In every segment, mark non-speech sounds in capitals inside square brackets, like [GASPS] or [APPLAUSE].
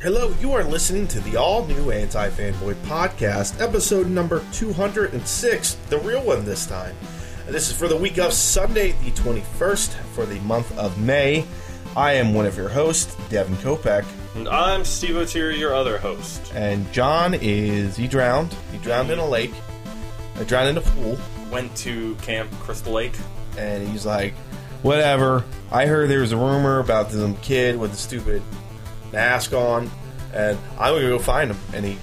Hello, you are listening to the all new Anti Fanboy Podcast, episode number 206, the real one this time. This is for the week of Sunday, the 21st, for the month of May. I am one of your hosts, Devin Kopeck, And I'm Steve O'Teary, your other host. and John is. He drowned. He drowned in a lake, uh, drowned in a pool, Went to Camp Crystal Lake. and he's like, whatever. I heard there was a rumor about some kid with a stupid mask on, and I'm gonna go find him. And he,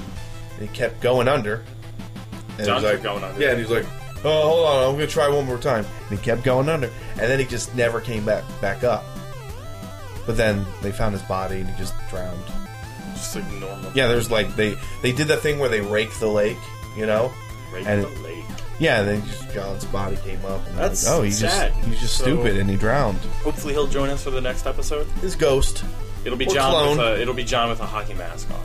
he kept going under. And John he was kept going under. Yeah, and he's like, oh, hold on, I'm gonna try one more time. And he kept going under, and then he just never came back back up. But then they found his body, and he just drowned. Just like normal. Yeah, there's like they they did that thing where they rake the lake, you know. Right and the lake. Yeah, and then just John's body came up. And That's like, oh, he's sad. just he's just So- stupid, and he drowned. Hopefully he'll join us for the next episode. His ghost, It'll be Or John. clone. With a, it'll be John with a hockey mask on.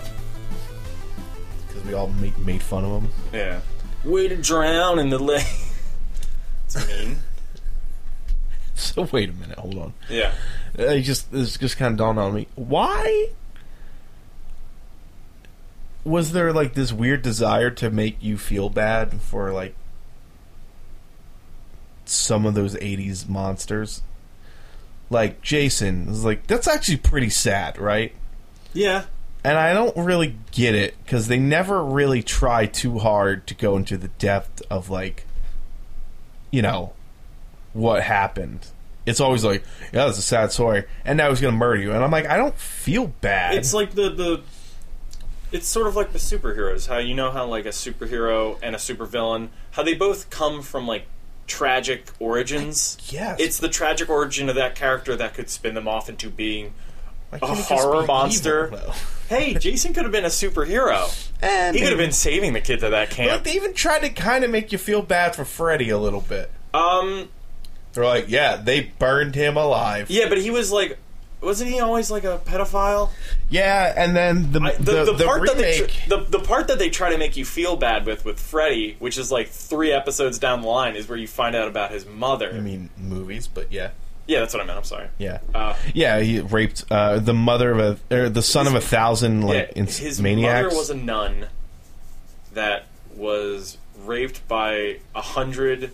because we all made, made fun of him. [LAUGHS] Yeah. Way to drown in the lake. [LAUGHS] It's mean. So wait a minute, hold on. [LAUGHS] yeah. Uh, It just this just kind of dawned on me. Why was there like this weird desire to make you feel bad for like some of those '80s monsters? Like Jason is like that's actually pretty sad, right? Yeah. and I don't really get it because they never really try too hard to go into the depth of like, you know, what happened. It's always like, yeah, that's a sad story, and now he's gonna murder you, and I'm like, I don't feel bad. It's like the the. It's sort of like the superheroes. How you know how like a superhero and a supervillain, how they both come from like tragic origins. yes, It's the tragic origin of that character that could spin them off into being Why can't a it just horror be evil, monster. though? Hey, Jason could have been a superhero. [LAUGHS] and He they- could have been saving the kids at that Like, camp. they even tried to kind of make you feel bad for Freddy a little bit. Um, They're like, yeah, they burned him alive. yeah, but he was like, wasn't he always like a pedophile? Yeah, and then the I, the, the, the, part that they remake. tr- the, the part that they try to make you feel bad with with Freddy, which is like three episodes down the line, is where you find out about his mother. I mean, movies, but yeah, yeah, that's what I meant. I'm sorry. yeah. Uh, Yeah, he raped uh, the mother of a or the son of a thousand like yeah, ins- his maniacs. mother was a nun that was raped by a hundred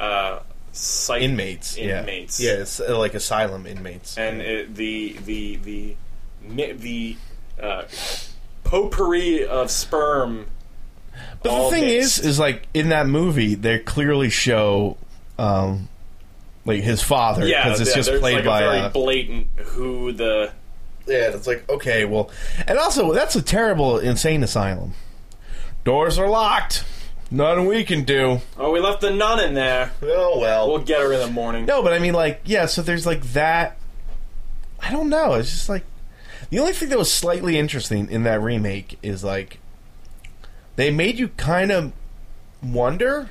uh, psych inmates, yeah. Inmates. yeah, it's, uh, like asylum inmates. and it, the the the mi- the uh, potpourri of sperm. but the all thing is, mixed. is like in that movie, they clearly show um, like his father because yeah, it's yeah, just there's played like by a very uh, blatant who the yeah. It's like okay, well, and also that's a terrible insane asylum. Doors are locked. Nothing we can do. oh we left the nun in there. Oh well. We'll get her in the morning. No, but I mean, like, yeah. So there's like that. I don't know. It's just like the only thing that was slightly interesting in that remake is like they made you kind of wonder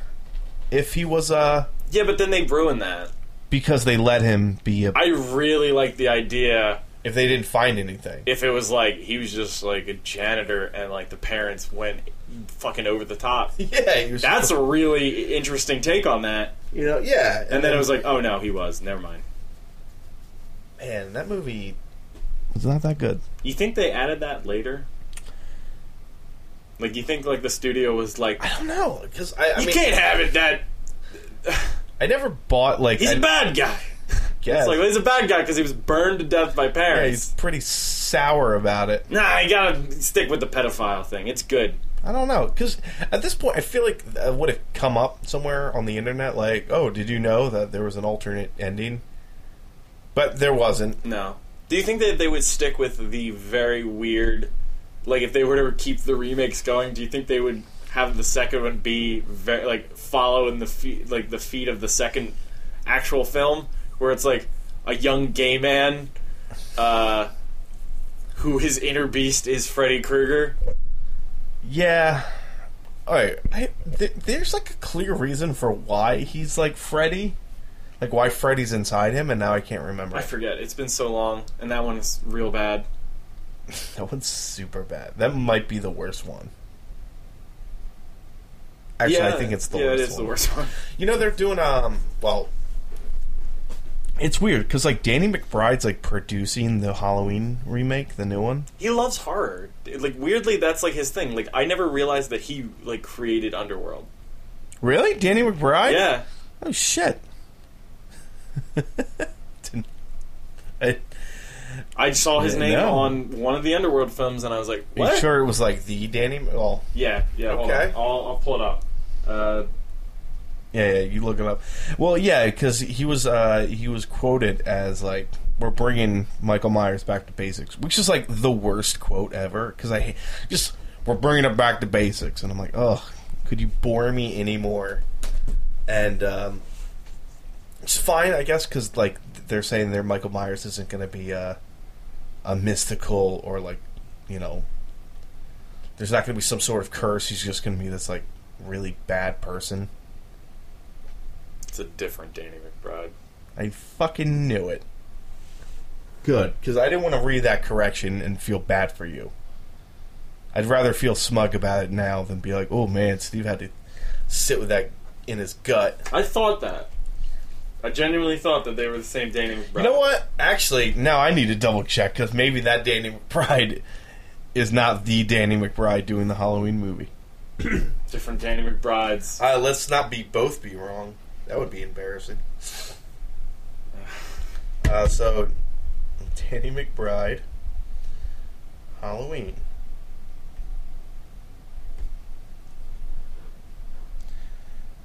if he was uh Yeah, but then they ruined that. because they let him be a I really like the idea if they didn't find anything. if it was like he was just like a janitor and like the parents went fucking over the top. [LAUGHS] Yeah, he was, That's a really interesting take on that. you know, yeah. And then it was like, oh no, he was. Never mind. man, that movie was not that good. You think they added that later? Like you think like the studio was like, I don't know because I, I you mean, can't have it that I never bought like he's I a bad guy. guess. It's like he's a bad guy because he was burned to death by yeah, he's parents. pretty sour about it. nah, you gotta stick with the pedophile thing. It's good. I don't know, because at this point, I feel like that would have come up somewhere on the internet. Like, oh, did you know that there was an alternate ending? But there wasn't. No. Do you think that they would stick with the very weird? Like if they were to keep the remakes going, do you think they would have the second one be very like follow in the feet like the feet of the second actual film, where it's like a young gay man, uh, who his inner beast is Freddy Krueger? Yeah. All right. I, th- there's like a clear reason for why he's like Freddy, like why Freddy's inside him, and now I can't remember. I forget. It's been so long, and that one is real bad. that one's super bad. That might be the worst one. Actually, I think it's the yeah, worst it is one. the worst one. You know they're doing um well It's weird because like Danny McBride's like producing the Halloween remake, the new one. He loves horror. Like weirdly, that's like his thing. Like I never realized that he like created Underworld. Really, Danny McBride? Yeah, Oh shit. [LAUGHS] Didn't- I- I saw his Yeah, name no. on one of the Underworld films, and I was like, Are you "What?" sure it was like the Danny? Well, Yeah, yeah. hold on. Okay. I'll, I'll pull it up. Uh, yeah, yeah, you look it up. Well, yeah, because he was uh, he was quoted as like we're bringing Michael Myers back to basics, which is like the worst quote ever. Because I hate- just we're bringing it back to basics, and I'm like, oh, could you bore me anymore? And um, it's fine, I guess, because like they're saying their Michael Myers isn't going to be a, a mystical or like you know, there's not going to be some sort of curse. He's just going to be this like really bad person. it's a different Danny McBride. I fucking knew it. Good, because I didn't want to read that correction and feel bad for you. I'd rather feel smug about it now than be like, "Oh man, Steve had to sit with that in his gut." I thought that. I genuinely thought that they were the same Danny McBride. You know what? Actually, now I need to double check because maybe that Danny [LAUGHS] McBride is not the Danny McBride doing the Halloween movie. Different Danny McBrides. Uh, let's not be both be wrong. That would be [SIGHS] embarrassing. Uh, so, Danny McBride, Halloween.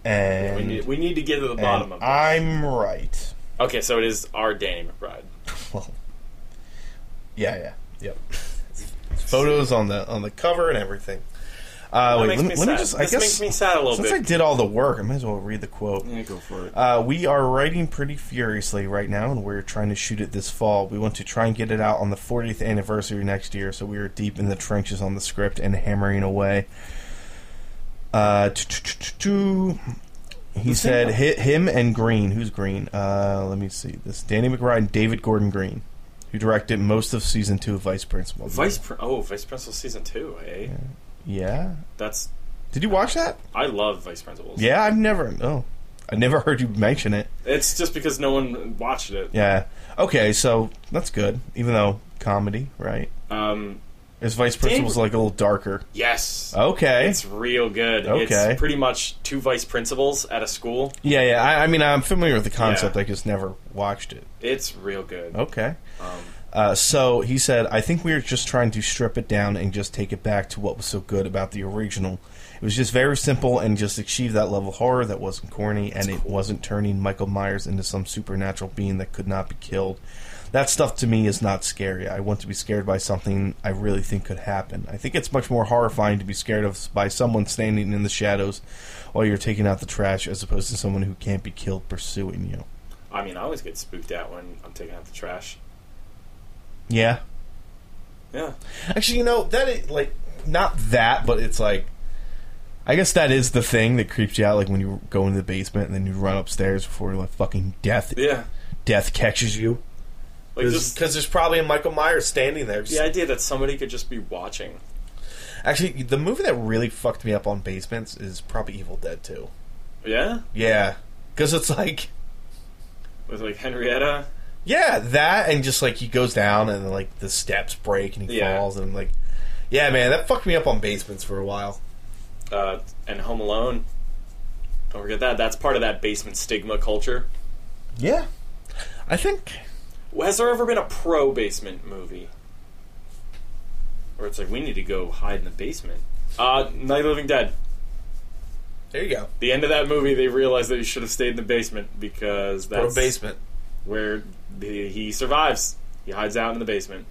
And, we, need, we need to get to the and bottom of it. I'm right. [LAUGHS] Okay, so it is our Danny McBride. Well, yeah, yeah, [LAUGHS] yep. Photos on the on the cover and everything. Uh, That wait, makes let me, me let me sad. just. I This guess makes me sad a little since bit. I did all the work, I might as well read the quote. Yeah, go for it. Uh, we are writing pretty furiously right now, and we're trying to shoot it this fall. We want to try and get it out on the 40th anniversary next year, so we are deep in the trenches on the script and hammering away. Uh, he said, "Hit him and Green. Who's Green? Uh, let me see. This Danny McBride, and David Gordon Green, who directed most of season two of Vice Principal. Vice Prin- Oh, Vice Principal season two. eh? Hey, Yeah. that's Did you watch that? I love Vice Principals. Yeah, I've never. Oh, I never heard you mention it. it's just because no one watched it. Yeah. Okay, so that's good. Even though comedy, right? Um, His vice principal's like a little darker. yes, Okay. it's real good. Uh, Okay. It's pretty much two vice principals at a school. yeah, yeah. I, I mean, I'm familiar with the concept. Yeah. I just never watched it. It's real good. Okay. Um, Uh, so he said, I think we were just trying to strip it down and just take it back to what was so good about the original. It was just very simple and just achieved that level of horror that wasn't corny and it wasn't turning Michael Myers into some supernatural being that could not be killed. That stuff to me is not scary. I want to be scared by something I really think could happen. I think it's much more horrifying to be scared of by someone standing in the shadows while you're taking out the trash as opposed to someone who can't be killed pursuing you. I mean, I always get spooked out when I'm taking out the trash. Yeah, Yeah, Actually, you know that is like not that, but it's like I guess that is the thing that creeps you out. Like when you go into the basement and then you run upstairs before like fucking death yeah. death catches you. Like just there's probably a Michael Myers standing there. the idea that somebody could just be watching. Actually, the movie that really fucked me up on basements is probably Evil Dead 2. Yeah, Yeah, because it's like with like Henrietta. yeah that and just like he goes down and like the steps break and he Yeah. falls and like yeah man that fucked me up on basements for a while. uh, and Home Alone. Don't forget that. That's part of that basement stigma culture. Yeah, I think Has there ever been a pro basement movie? Where it's like, we need to go hide in the basement. Uh, Night of the Living Dead. there you go. The end of that movie, they realized that he should have stayed in the basement because Go that's to basement. where the, he survives. He hides out in the basement.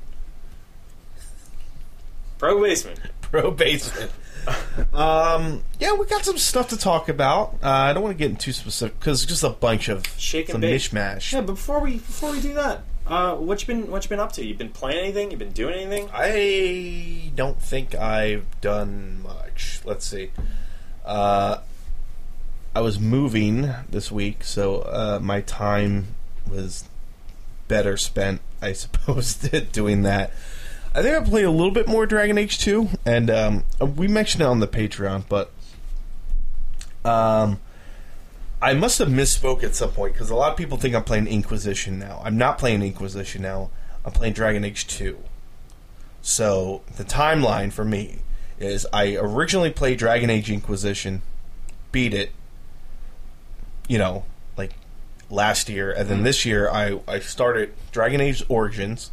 Pro basement. pro basement. um, yeah, we got some stuff to talk about. Uh, I don't want to get into too specific because just a bunch of Shake and some bake. mishmash. Yeah, but before we before we do that, uh, what you been what you been up to? You been playing anything? You been doing anything? I don't think I've done much. Let's see. Uh, I was moving this week, so uh, my time was better spent, I [LAUGHS] suppose, doing that. I think I played a little bit more Dragon Age 2, and um, we mentioned it on the Patreon, but um, I must have misspoke at some point because a lot of people think I'm playing Inquisition now. I'm not playing Inquisition now. I'm playing Dragon Age 2. So the timeline for me is I originally played Dragon Age Inquisition, beat it, you know, like last year, and then this year I, I started Dragon Age Origins.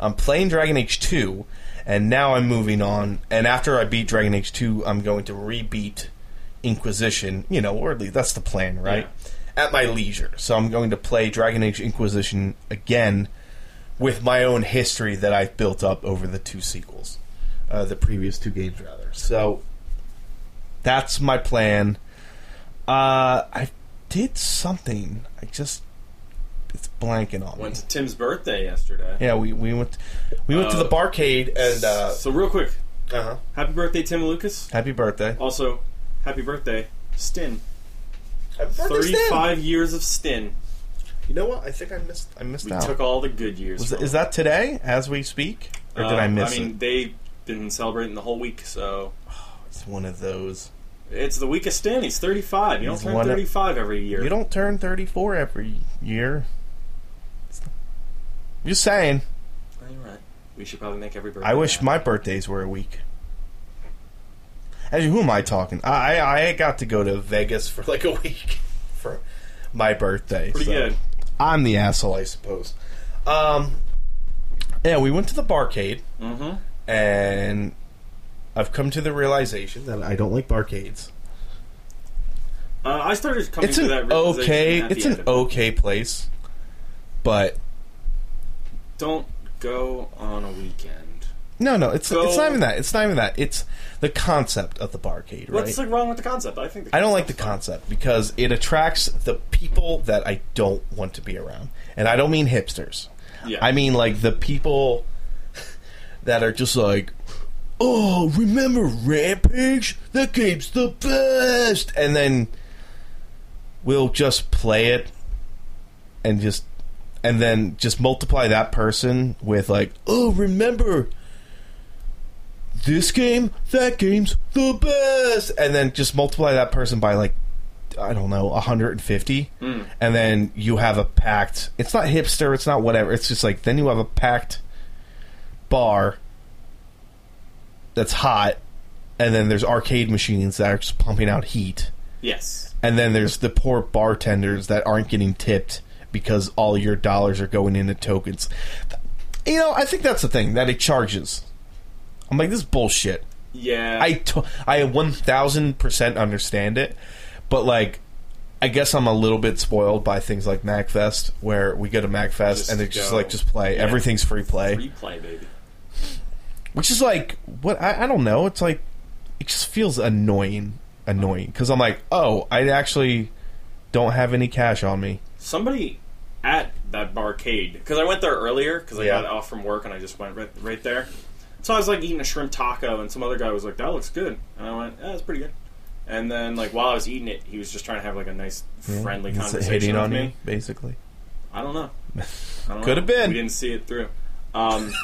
I'm playing Dragon Age 2, and now I'm moving on. And after I beat Dragon Age 2, I'm going to rebeat Inquisition, you know, or at least that's the plan, right? At my leisure. So I'm going to play Dragon Age Inquisition again with my own history that I've built up over the two sequels, uh, the previous two games, rather. So that's my plan. Uh, I did something. I just it's blanking on Went me. to Tim's birthday yesterday. Yeah, we, we went we went to Uh, the barcade and uh, so real quick, uh happy birthday, Tim Lucas. happy birthday. Also, happy birthday, Stin. Happy birthday, Stan. Thirty-five years of Stin. You know what? I think I missed I missed We out. took all the good years. Was from that, is him. that today as we speak, or did Uh, I miss I mean, they've been celebrating the whole week, so it? It's one of those. it's the week of Stin. He's thirty-five. You don't He's turn one of- thirty-five every year. You don't turn 34 every year. It's not- I'm just saying. Oh, you're right. We should probably make every birthday. I wish happy. my birthdays were a week. And who am I talking? I I I got to go to Vegas for like a week [LAUGHS] for my birthday. pretty so good. I'm the asshole, I suppose. Um, yeah, we went to the barcade, Mm-hmm. and I've come to the realization that I don't like barcades. Uh, I started coming It's to an that realization okay, at the it's end an of it. okay place, but Don't go on a weekend. No, no, it's Go- it's not even that. It's not even that. It's the concept of the barcade, right? What's like wrong with the concept? I think the I don't like the concept's concept because it attracts the people that I don't want to be around, and I don't mean hipsters. fun. Yeah. I mean like the people that are just like, oh, remember Rampage? That game's the best, and then we'll just play it and just and then just multiply that person with like, oh, remember this game? That game's the best, and then just multiply that person by like. I don't know, 150 Mm. and then you have a packed it's not hipster it's not whatever it's just like then you have a packed bar that's hot and then there's arcade machines that are just pumping out heat Yes. and then there's the poor bartenders that aren't getting tipped because all your dollars are going into tokens you know i think that's the thing that it charges i'm like this is bullshit Yeah. I to- I 1000% understand it, but like I guess I'm a little bit spoiled by things like MacFest where we go to MacFest Just and they just go. like just play. Yeah. Everything's free play. replay, baby. Which is like what I, I don't know, it's like it just feels annoying annoying cuz I'm like, "Oh, I actually don't have any cash on me." Somebody at that barcade because I went there earlier because I Yeah. got off from work and I just went right, right there. So I was like eating a shrimp taco and some other guy was like, "That looks good," and I went, "Yeah, that's pretty good." And then like while I was eating it, he was just trying to have like a nice friendly It's conversation hitting with on me. me basically. I don't [LAUGHS] know. I don't Could know. have been. We didn't see it through. [LAUGHS] Um,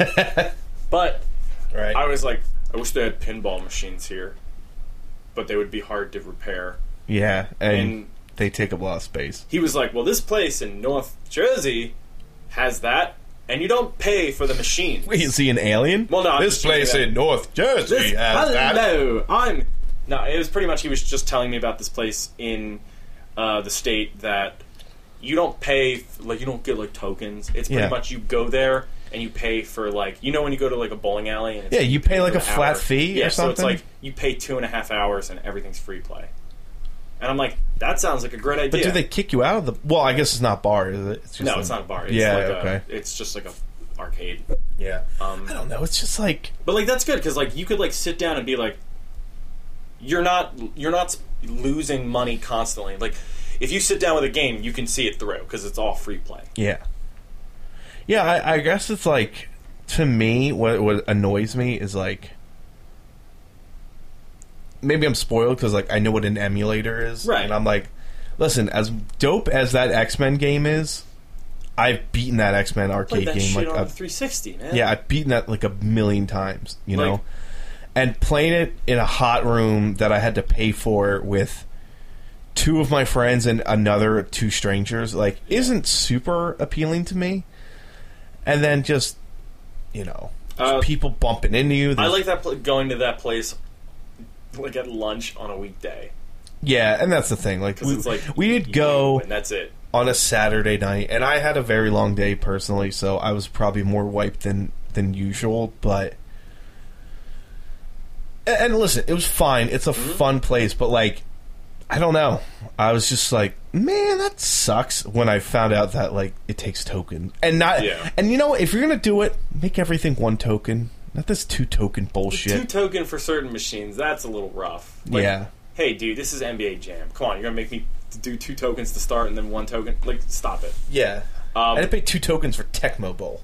but Right. I was like, I wish they had pinball machines here, but they would be hard to repair. yeah, and, And they take up a lot of space. he was like, "Well, this place in North Jersey has that, and you don't pay for the machine." Wait, is he an alien? Well, no, I'm this just saying place that- in North Jersey This, has that. hello, I'm. No, it was pretty much he was just telling me about this place in uh, the state that you don't pay, f- like you don't get like tokens. It's pretty Yeah. much you go there and you pay for like you know when you go to like a bowling alley. And it's, Yeah, you pay like for a an flat hour. fee yeah, or so something. it's like you pay two and a half hours and everything's free play. And I'm like, that sounds like a great idea. but do they kick you out of the? Well, I guess it's not bar, is it? just No, a- it's not a bar. It's yeah, like okay, A, it's just like a arcade. yeah. Um, I don't know. It's just like but like that's good because like you could like sit down and be like, you're not you're not s- losing money constantly. Like if you sit down with a game, you can see it through because it's all free play. yeah, yeah. I, I guess it's like to me, what what annoys me is like maybe I'm spoiled because like I know what an emulator is, Right. And I'm like, listen, as dope as that X Men game is, I've beaten that X Men Play arcade that game shit like on a the 360, man. Yeah, I've beaten that like a million times, you Like- know. And playing it in a hot room that I had to pay for with two of my friends and another two strangers like isn't super appealing to me. And then just you know, Uh, people bumping into you. I like that pl- going to that place like at lunch on a weekday yeah, and that's the thing. Like because we, it's like we you did go and that's it. on a Saturday night, and I had a very long day personally, so I was probably more wiped than than usual. But and, and listen, it was fine. It's a Mm-hmm. fun place, but like, I don't know. I was just like, man, that sucks. When I found out that like it takes tokens, and not, Yeah. and you know, what? if you're gonna do it, make everything one token, not this two token Two bullshit. token for certain machines. That's a little rough. Like, yeah, Hey, dude, this is NBA Jam. Come on, you're gonna make me do two tokens to start and then one token. Like, stop it. yeah. I had Um, to pay two tokens for Tecmo Bowl.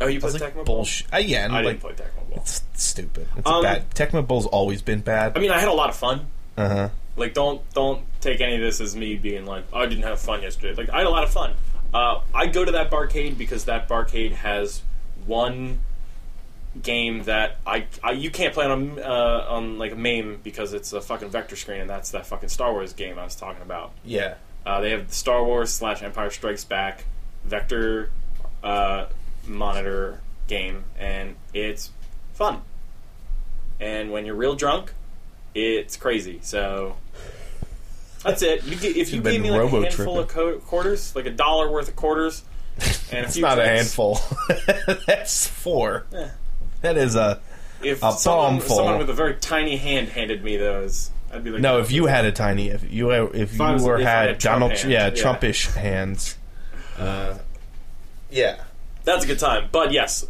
oh, you I was played like, Tecmo Bowl? bullshit. Uh, yeah, and I like, didn't play Tecmo Bowl. It's stupid. It's Um, a bad. Tecmo Bowl's always been bad. I mean, I had a lot of fun. Uh huh. Like, don't don't take any of this as me being like, "Oh, I didn't have fun yesterday. Like, I had a lot of fun. Uh, I go to that barcade because that barcade has one game that I, I you can't play on a, uh, on like a MAME because it's a fucking vector screen and that's that fucking Star Wars game I was talking about. [LAUGHS] Yeah. Uh, they have the Star Wars slash Empire Strikes Back vector uh, monitor game, and it's fun. And when you're real drunk, it's crazy. So that's it. You get, if you You've been gave me like a handful robo-tripping. of co- quarters, like a dollar worth of quarters, and a It's few not a drinks, handful. [LAUGHS] That's four. eh, That is a if A someone, palmful. someone with a very tiny hand handed me those, I'd be like, no. If you had a tiny, if you if you I was- were if I had, had Trump Donald, hands, yeah, yeah. Trumpish hands. Uh, yeah. that's a good time. But yes,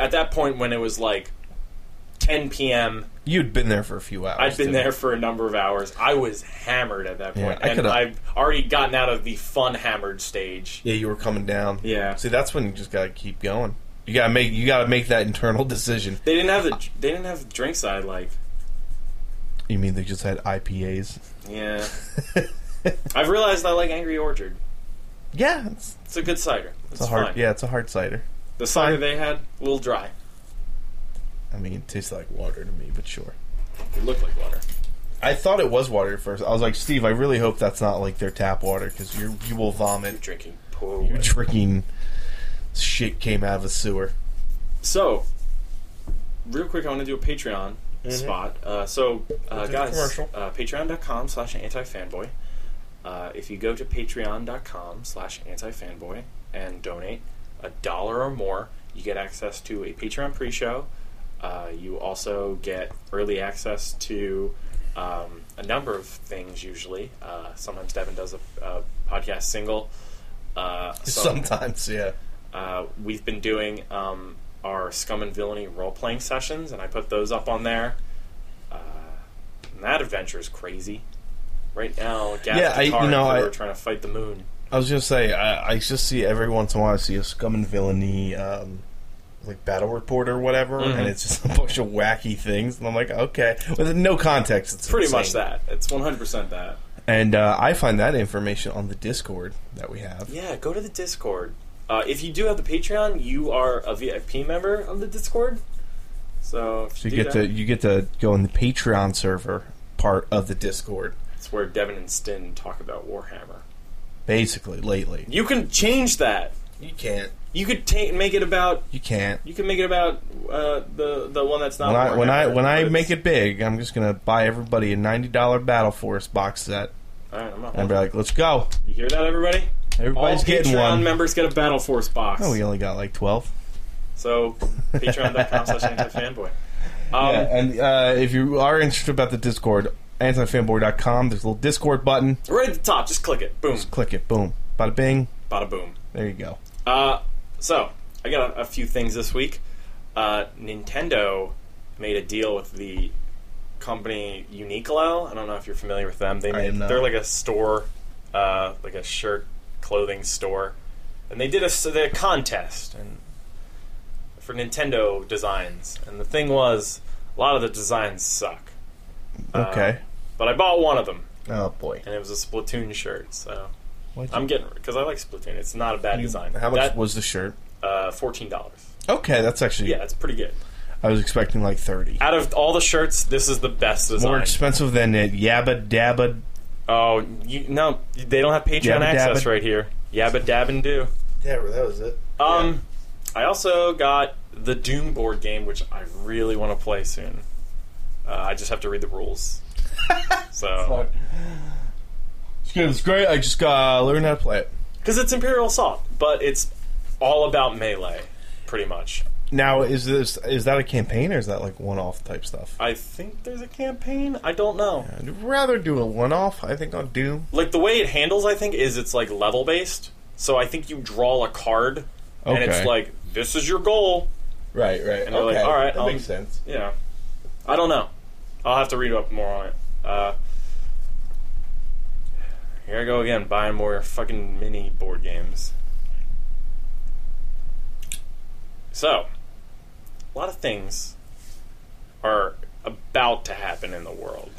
at that point when it was like 10 p.m. You'd been there for a few hours. I'd been too. there for a number of hours. I was hammered at that Yeah, point, I and coulda- I've already gotten out of the fun hammered stage. Yeah, you were coming down. Yeah. See, that's when you just gotta keep going. You gotta make you gotta make that internal [LAUGHS] decision. They didn't have the they didn't have drinks I like. You mean they just had IPAs? Yeah, I've realized I like Angry Orchard. [LAUGHS] yeah, it's, It's a good cider. It's, it's a hard. fine. Yeah, it's a hard cider. The cider they had a little dry. I mean, it tastes like water to me, but sure. It looked like water. I thought it was water at first. I was like, Steve, I really hope that's not like their tap water because you you will You're vomit. drinking poor You water. tricking shit came out of a sewer. [LAUGHS] So, real quick, I want to do a Patreon spot. Uh, so, Mm-hmm. uh, do the guys, commercial. uh, patreon.com slash antifanboy. Uh, if you go to patreon.com slash antifanboy and donate a dollar or more, you get access to a Patreon pre show. Uh, you also get early access to um, a number of things, usually. Uh, sometimes Devin does a, a podcast single. Uh, some- Sometimes, yeah. uh, we've been doing um, our scum and villainy role playing sessions, and I put those up on there. Uh, and that adventure is crazy. Right now, Gav Yeah, I- you Tatar and know, crew I- are trying to fight the moon. I was gonna say, I, I just see every once in a while I see a scum and villainy um, like battle report or whatever, Mhm. and it's just a bunch of wacky things, and I'm like, okay, with no context, it's Pretty insane. much that. It's one hundred percent that. And uh, I find that information on the Discord that we have. Yeah, go to the Discord. Uh, if you do have the Patreon, you are a VIP member of the Discord. So, if So you you do get that, to you get to go in the Patreon server part of the Discord, it's where Devin and Stin talk about Warhammer. basically. Lately, You can change that. you can't. You could ta make it about You can't. You can make it about uh, the the one that's not. When I Warhammer, when I when I but make it's- it big, I'm just gonna buy everybody a ninety dollar Battle Force box set All right, I'm and not. be like, "Let's go! You hear that, everybody? Everybody's All getting Patreon one." members get a Battle Force box. Oh, we only got like twelve. [LAUGHS] So Patreon.com/slash/antifanboy. Um, yeah, and uh, if you are interested about the Discord, antifanboy.com. There's a little Discord button. Right at the top, just click it. Boom, Just click it. Boom. Bada bing. bada boom. There you go. Uh, so I got a, a few things this week. Uh, Nintendo made a deal with the company Uniqlo. I don't know if you're familiar with them. They I am made, not. they're like a store, uh, like a shirt clothing store, and they did a, s- they had a contest and for Nintendo designs. And the thing was, a lot of the designs suck. Uh, Okay. but I bought one of them, oh boy. and it was a Splatoon shirt. So Why'd I'm you- getting because I like Splatoon. It's not a Hmm. bad design. How much That- was the shirt? uh, fourteen dollars. Okay, that's actually. Yeah, it's pretty good. I was expecting like thirty. Out of all the shirts, this is the best design. More expensive than it. Yabba dabba Oh, you, no, they don't have Patreon Yabba access dabba. right here. Yabba dab and do. Yeah, that was it. Um, I also got the Doom board game, which I really want to play soon. Uh, I just have to read the [LAUGHS] rules. so, It's good. It's great. I just gotta learn how to play it. because it's Imperial Assault, but it's all about melee, pretty much. Now, is this is that a campaign or is that like one off type stuff? I think there's a campaign. I don't know. I'd rather do a one off. I think on Doom. Like the way it handles, I think, is it's like level based. So I think you draw a card, and it's Okay. like this is your goal. Right, right. And they're like, "All right, that um, makes sense. Yeah, I don't know. I'll have to read up more on it. Uh, here I go again, buying more fucking mini board games. So, a lot of things are about to happen in the world.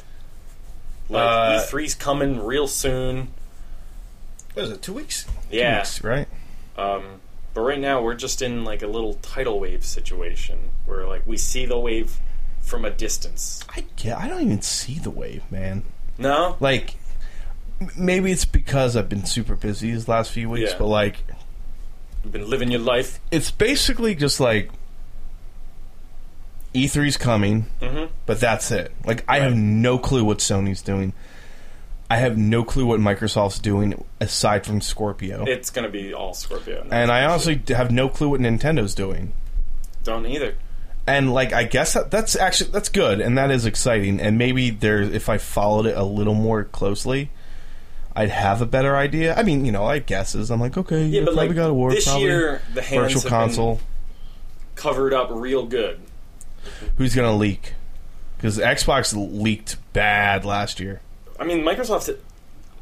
Like Uh, E3's coming real soon. What is it? Two weeks? Two Yeah. weeks, right? Um, but right now we're just in like a little tidal wave situation where like we see the wave from a distance. I get. I don't even see the wave, man. No, Like, m- maybe it's because I've been super busy these last few weeks, Yeah. but like, you've been living your life. it's basically just like E3's coming, Mm-hmm. but that's it. Like, I have no clue what Sony's doing. I have no clue what Microsoft's doing aside from Scorpio. It's gonna be all Scorpio. and I honestly d- have no clue what Nintendo's doing. don't either. and like I guess that, that's actually that's good and that is exciting and maybe there if I followed it a little more closely I'd have a better idea. I mean, you know, I have guesses. I'm like, okay, yeah, Yeah, but probably like got a war, this probably year, the hands virtual have console. been covered up real good. Who's gonna leak? Because Xbox leaked bad last year. I mean, Microsoft.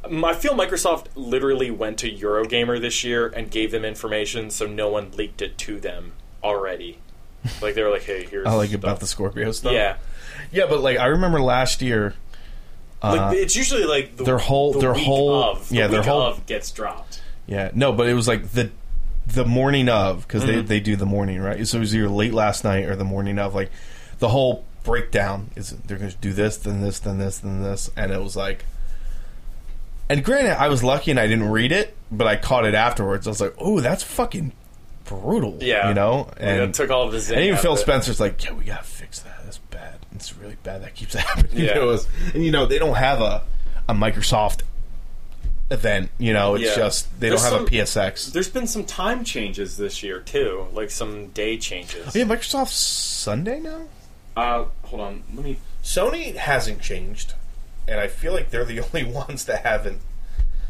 um, I feel Microsoft literally went to Eurogamer this year and gave them information, so no one leaked it to them [LAUGHS] already. Like they were like, "Hey, here's I like stuff. about the Scorpio stuff. yeah." yeah, but like I remember last year, Like it's usually like the, Uh, their whole- the their week whole- of, the yeah, week their whole- of gets dropped. Yeah, no, but it was like the the morning of because Mm-hmm. they they do the morning right. So it was either late last night or the morning of. Like the whole breakdown is they're going to do this, then this, then this, then this, and it was like. And granted, I was lucky and I didn't read it, but I caught it afterwards. I was like, "Oh, that's fucking brutal." Yeah, you know, and and, that took all of the. zing and even out Phil of it. Spencer's like, "Yeah, we gotta fix that. That's bad. It's really bad. That keeps [LAUGHS] happening." Yeah. It was- and you know, they don't have a a Microsoft event. You know, it's Yeah. just they There's don't have some- a PSX. There's been some time changes this year too, like some day changes. Yeah, Microsoft's Sunday now. Uh, hold on, let me. Sony hasn't changed, and I feel like they're the [LAUGHS] only ones that haven't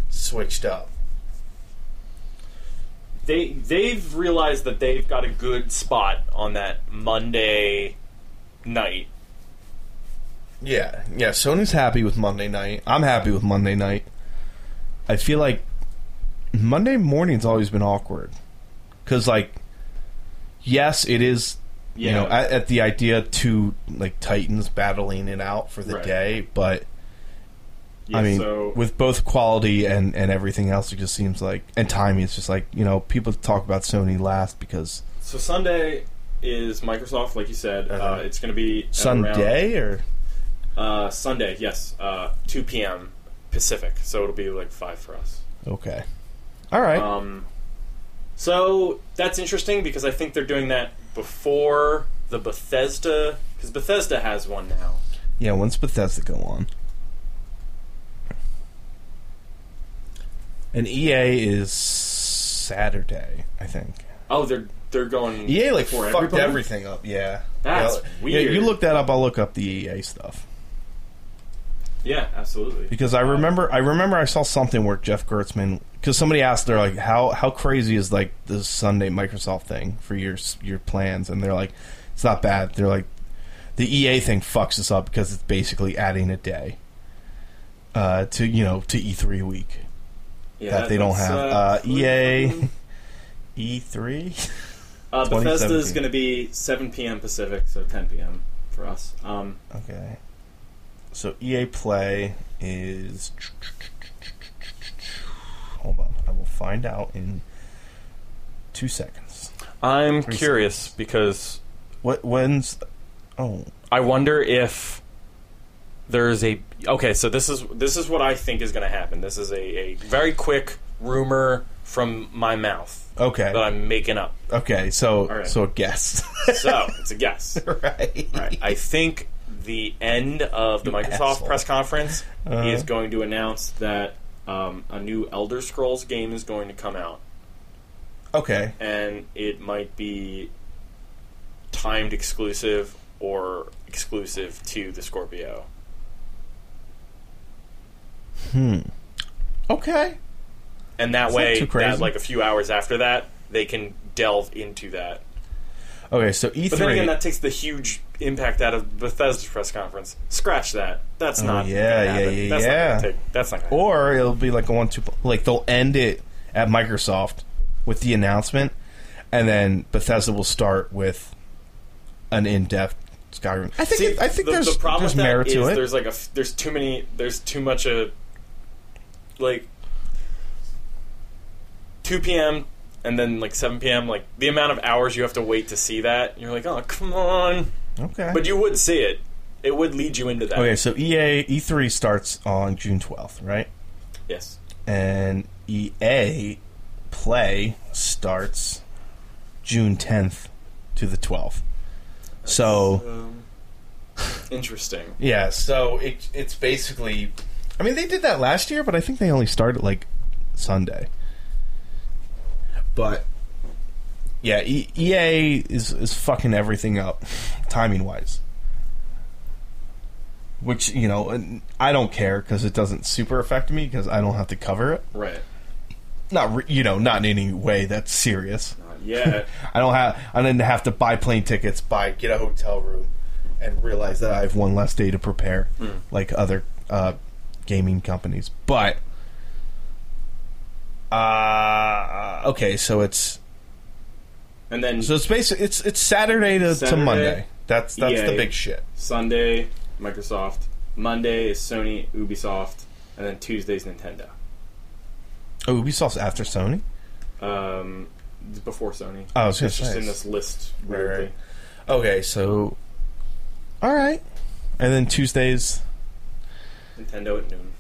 switched up. They they've realized that they've got a good spot on that Monday night. Yeah, yeah. Sony's happy with Monday night. I'm happy with Monday night. I feel like Monday morning's always been awkward because, like, yes, it is. You know, at, at the idea to like Titans battling it out for the Right. day, but Yeah, I mean, so with both quality and, and everything else, it just seems like and timing. It's just like you know people talk about Sony last because so Sunday is Microsoft, like you said. Uh, Uh-huh. it's going to be at around- Sunday or uh, Sunday, yes, uh, two p.m. Pacific, so it'll be like five for us. okay, all right, Um, so that's interesting because I think they're doing that before the Bethesda, because Bethesda has one now. yeah. When's Bethesda go on? And EA is Saturday, I think. Oh, they're they're going EA E like for fucked everybody? everything up. Yeah, That's Yeah, weird. you look that up. I'll look up the EA stuff Yeah, absolutely. because I remember. I remember I saw something where Jeff Gertzman because somebody asked they're like how how crazy is like this Sunday Microsoft thing for your s- your plans and they're like it's not bad. They're like the EA thing fucks us up because it's basically adding a day uh, to you know to E3 week Yeah, that they don't that's, have uh, E EA mm, [LAUGHS] E3. Uh, Bethesda is 2017. going to be 7 p.m. Pacific, so 10 p.m. for us. Um, Okay. So EA Play is. Hold on, I will find out in two seconds. I'm Three curious because What when's? Oh, I wonder if there's a okay. So this is this is what I think is going to happen. This is a, a very quick rumor from my mouth Okay. that I'm making up. okay. So right. so guess. [LAUGHS] So it's a guess. right. Right. I think the end of the Microsoft asshole. press conference is going to announce that um, a new Elder Scrolls game is going to come out, Okay. and it might be timed exclusive or exclusive to the Scorpio. hmm. Okay. And that It's not way, too crazy. that, like a few hours after that, they can delve into that. Okay. So E But then three. again, that takes the huge impact out of Bethesda's press conference. Scratch that. That's not. Oh, yeah, gonna yeah, happen. yeah, That's not yeah. gonna take- that's not. Gonna happen. or it'll be like a one two like they'll end it at Microsoft with the announcement and then Bethesda will start with an in-depth Skyrim. I think See, I think the, there's the problem there's with that merit to is it. There's like a f- there's too many there's too much a like 2 p.m. and then like 7 p.m. like the amount of hours you have to wait to see that you're like oh come on Okay. but you would see it it would lead you into that okay, so E EA E3 starts on June 12th, right? yes And EA Play starts June 10th to the 12th. So um, interesting Yeah, so it, it's basically. I mean, they did that last year, but I think they only started like Sunday. But yeah, e- EA is is fucking everything up, timing wise. Which you know, and I don't care because it doesn't super affect me because I don't have to cover it. right Not re- you know, not in any way that's serious. Not yet. I don't have. I didn't have to buy plane tickets, buy get a hotel room, and realize that I have one less day to prepare, Hmm. like other uh, gaming companies. But uh, okay, so it's and then so it's basically it's it's Saturday to, Saturday, to Monday. That's that's EA. the big shit. Sunday Microsoft Monday is Sony Ubisoft and then Tuesday's Nintendo Oh, Ubisoft's after Sony. um before Sony Oh, I was gonna It's just say. in this list. Right, weirdly. right. Okay, so all right, and then Tuesdays. Nintendo at noon.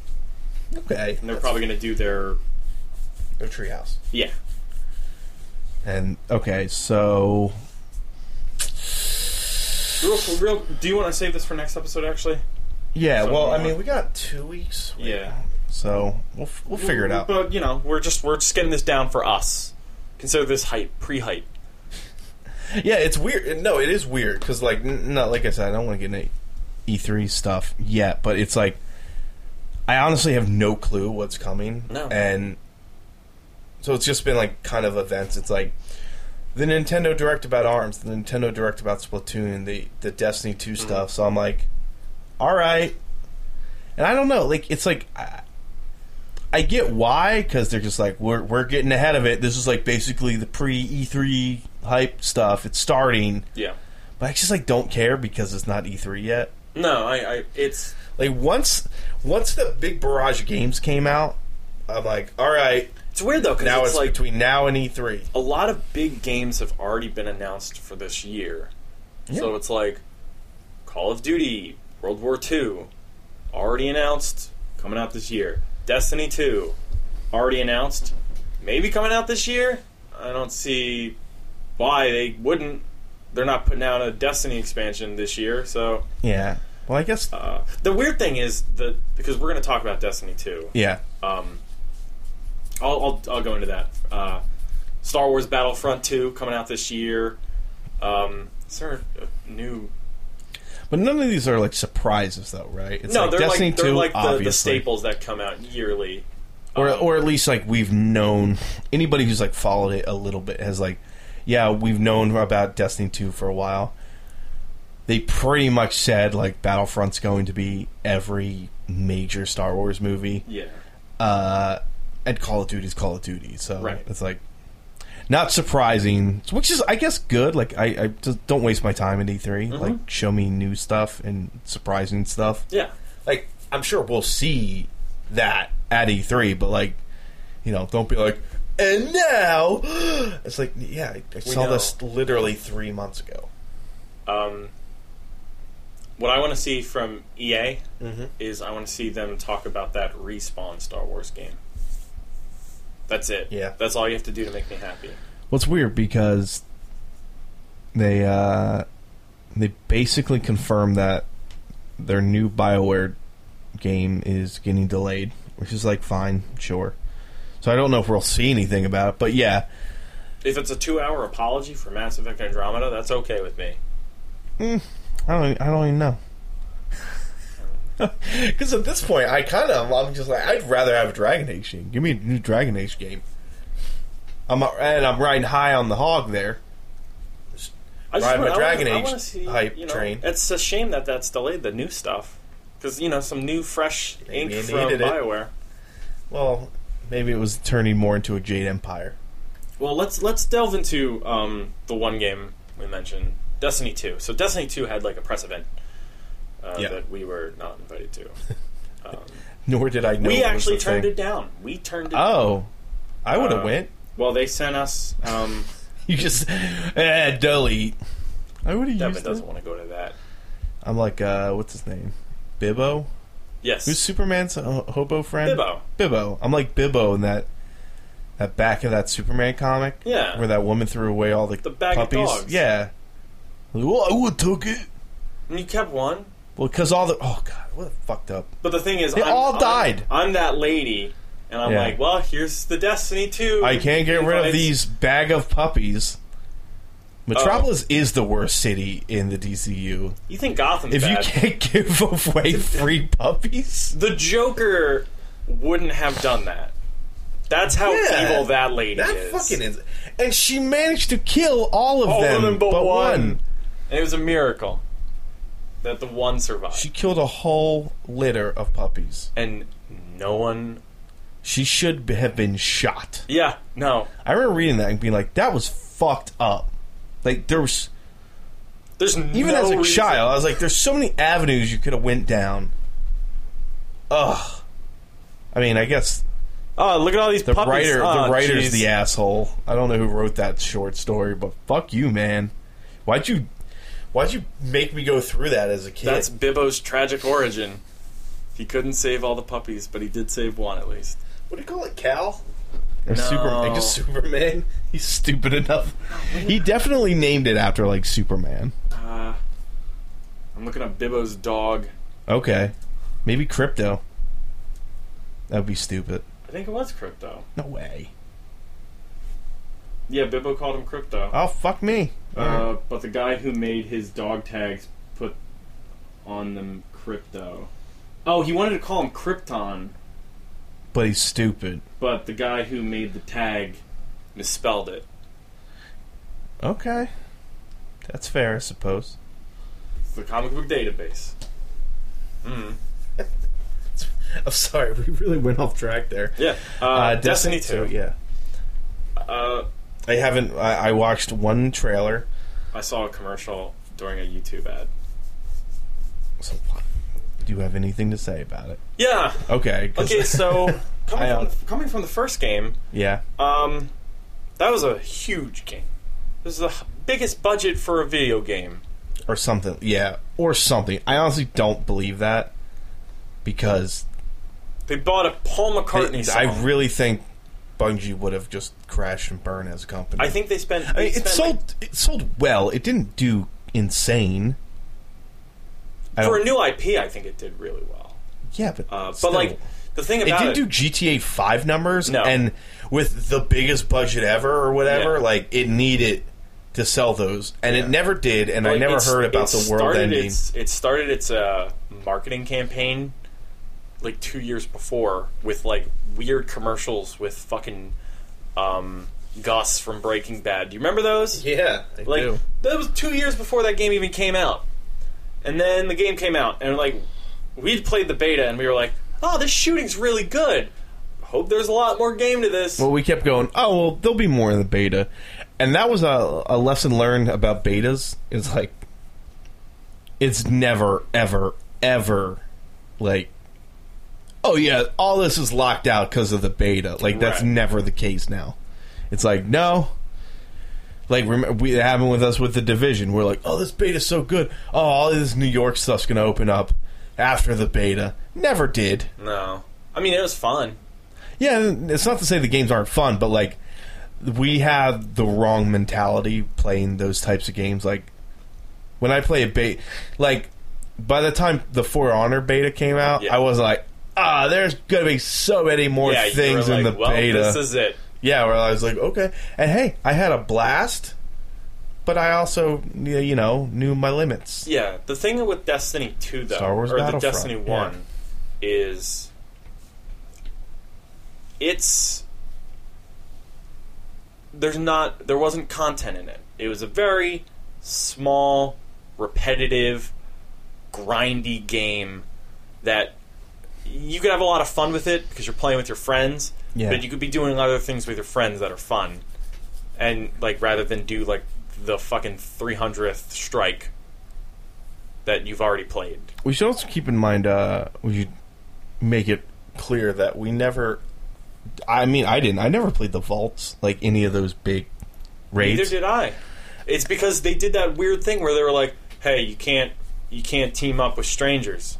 Okay, And they're probably going to do their. no treehouse. Yeah. And okay, so Real, real. Do you want to save this for next episode, actually? Yeah, So well, we I want- mean, we got two weeks. Yeah. So we'll f- we'll figure it out. But, you know, we're just we're just getting this down for us. Consider this hype, pre hype. Yeah, it's weird. No, it is weird because like n- no, like I said, I don't want to get into E three stuff yet, but it's like I honestly have no clue what's coming. No. and so it's just been like kind of events. It's like. The Nintendo Direct about Arms, the Nintendo Direct about Splatoon, the the Destiny 2 stuff. So I'm like, all right, and I don't know. Like it's like I, I get why because they're just like we're we're getting ahead of it. This is like basically the pre E3 hype stuff. It's starting, Yeah. but I just like don't care because it's not E3 yet. No, I. I it's. Like once once the big barrage of games came out, I'm like, all right, It's weird, though, because now it's, it's like between now and E E3. a lot of big games have already been announced for this year. So it's like Call of Duty, World War II, already announced, coming out this year. Destiny 2, already announced, maybe coming out this year. I don't see why they wouldn't. They're not putting out a Destiny expansion this year, so Yeah. Well, I guess. uh, the weird thing is that because we're going to talk about Destiny 2. Yeah. Um, I'll, I'll, I'll go into that. Uh, Star Wars Battlefront 2 coming out this year. Um, is there a new. But none of these are like surprises, though, right? It's no, like they're Destiny like, they're 2, like the, the obviously. staples that come out yearly. or Um, or at least like we've known anybody who's like followed it a little bit has like yeah we've known about Destiny 2 for a while they pretty much said like Battlefront's going to be every major Star Wars movie Yeah. uh and Call of Duty's Call of Duty so Right. it's like not surprising which is I guess good like I, I just don't waste my time at E3 like show me new stuff and surprising stuff Yeah. like I'm sure we'll see that at E3, but like, you know, don't be like, and now [GASPS] it's like, yeah, I, I saw know. this literally three months ago. Um, What I want to see from EA is I want to see them talk about that respawn Star Wars game. That's it. Yeah. That's all you have to do to make me happy. Well, it's weird because they uh, they basically confirmed that their new Bioware game is getting delayed, which is like fine, sure. So I don't know if we'll see anything about it, but yeah, If it's a two-hour apology for Mass Effect Andromeda, that's okay with me. I don't I don't even [LAUGHS] know. Because at this point, I kind of I'm just like I'd rather have a Dragon Age game. Give me a new Dragon Age game. I'm and I'm riding high on the hog there. I Ride wanna- my I wanna- Dragon I Age wanna see, hype you know, train. It's a shame that that's delayed. The new stuff, because you know some new fresh ink Maybe it from needed it. Bioware. Well, maybe it was turning more into a Jade Empire. [LAUGHS] Well, let's let's delve into um, the one game we mentioned, Destiny Two. So Destiny Two had like a press event uh, Yeah. that we were not [LAUGHS] invited to. Um, Nor did I know we it was actually a turned thing. it down. We turned it. Oh, I would have Uh, went. [LAUGHS] Well, they sent us. Um, You just eh, delete. I would have Devin used doesn't it. want to go to that. I'm like, uh, what's his name? Bibbo. Yes, Who's Superman's uh, hobo friend? Bibbo. Bibbo. I'm like Bibbo in that that back of that Superman comic Yeah, where that woman threw away all the, The bag of puppies. dogs. Yeah. Like, well, I would took it. and you kept one. Well, because all the oh god, what a fucked up. But the thing is, They I'm, all I'm- died. I'm, that lady, and I'm Yeah. like, well, here's the Destiny Two. I can't get rid of Invites. these bag of puppies. Oh. Metropolis is the worst city in the DCU. You think Gotham's If you bad. can't [LAUGHS] give away free puppies, the Joker wouldn't have done that. That's how Yeah. evil that lady is. is. And she managed to kill all of All them, of them but, one. one. And it was a miracle that the one survived, She killed a whole litter of puppies. and no one. She should be- have been shot. Yeah, no. I remember reading that and being like, "That was fucked up." Like there was There's even no as a reason- child, I was like, "There's so many avenues you could have went down." Ugh. I mean, I guess Oh, look at all these the puppies. writer, Oh, the writer's jeez. the asshole. I don't know who wrote that short story, but fuck you, man. Why'd you, why'd you make me go through that as a kid? That's Bibbo's tragic origin. He couldn't save all the puppies, but he did save one at least. what do you call it, Cal? Or No. Superman? I guess Superman. [LAUGHS] He's stupid enough. He definitely named it after like Superman. Uh, I'm looking up Bibbo's dog. Okay, maybe Crypto. That would be stupid. I think it was Crypto. No way. Yeah, Bibbo called him Crypto. Oh fuck me. Uh, but the guy who made his dog tags put on them Crypto. Oh, he wanted to call him Krypton, but he's stupid. but the guy who made the tag misspelled it. Okay, that's fair, I suppose. It's the comic book database. Mm. [LAUGHS] I'm sorry, we really went off track there. Yeah. Uh, Destiny, 2. Yeah, Uh, I haven't. I, I watched one trailer. I saw a commercial during a YouTube ad. So, do you have anything to say about it? Yeah. Okay. 'cause- Okay, so coming, I, uh, from, coming from the first game, [LAUGHS] yeah, um, that was a huge game. This is the h- biggest budget for a video game. or something. Yeah, or something. I honestly don't believe that because They bought a Paul McCartney it- song. I really think Bungie would have just crashed and burned as a company. I think they spent. I they mean, it spent, sold. it sold well. It didn't do insane. I like, for a don't- new IP. I think it did really well. yeah, but Uh, still. but like the thing it about didn't do GTA Five numbers, No. and with the biggest budget ever or whatever, Yeah. like it needed to sell those, and Yeah. it never did. And I like, never it's- heard about it the world started ending. Its, it started its uh, marketing campaign like two years before with like weird commercials with fucking um, Gus from Breaking Bad. Do you remember those? Yeah, I Like do. that was two years before that game even came out, and then the game came out, and like we'd played the beta, and we were like, "Oh, this shooting's really good. Hope there's a lot more game to this." Well, we kept going. Oh well, there'll be more in the beta, and that was a, a lesson learned about betas. Is like, it's never, ever, ever, like, oh yeah, all this is locked out because of the beta. Like that's Right. never the case now. It's like no, Like rem- we it happened with us with the division. We're like, oh, this beta's so good. Oh, all this New York stuff's gonna open up after the beta. Never did. No, I mean it was fun. Yeah, and it's not to say the games aren't fun, but like we have the wrong mentality playing those types of games. Like when I play a beta, like by the time the For Honor beta came out, Yeah. I was like, ah, there's gonna be so many more yeah, you were things in like, the well, beta. This is it. yeah, where I was like, okay, and hey, I had a blast, but I also y- you know knew my limits. Yeah, the thing with Destiny 2, though, Star Wars or the Battlefront, Destiny yeah. 1, is. It's. There's not. There wasn't content in it. It was a very small, repetitive, grindy game that you could have a lot of fun with it because you're playing with your friends, Yeah. but you could be doing other things with your friends that are fun. And, like, rather than do, like, the fucking 300th strike that you've already played. We should also keep in mind uh, we should make it clear that we never. I mean, I didn't. I never played the vaults like any of those big Neither raids. did I. It's because they did that weird thing where they were like, "Hey, you can't, you can't team up with strangers."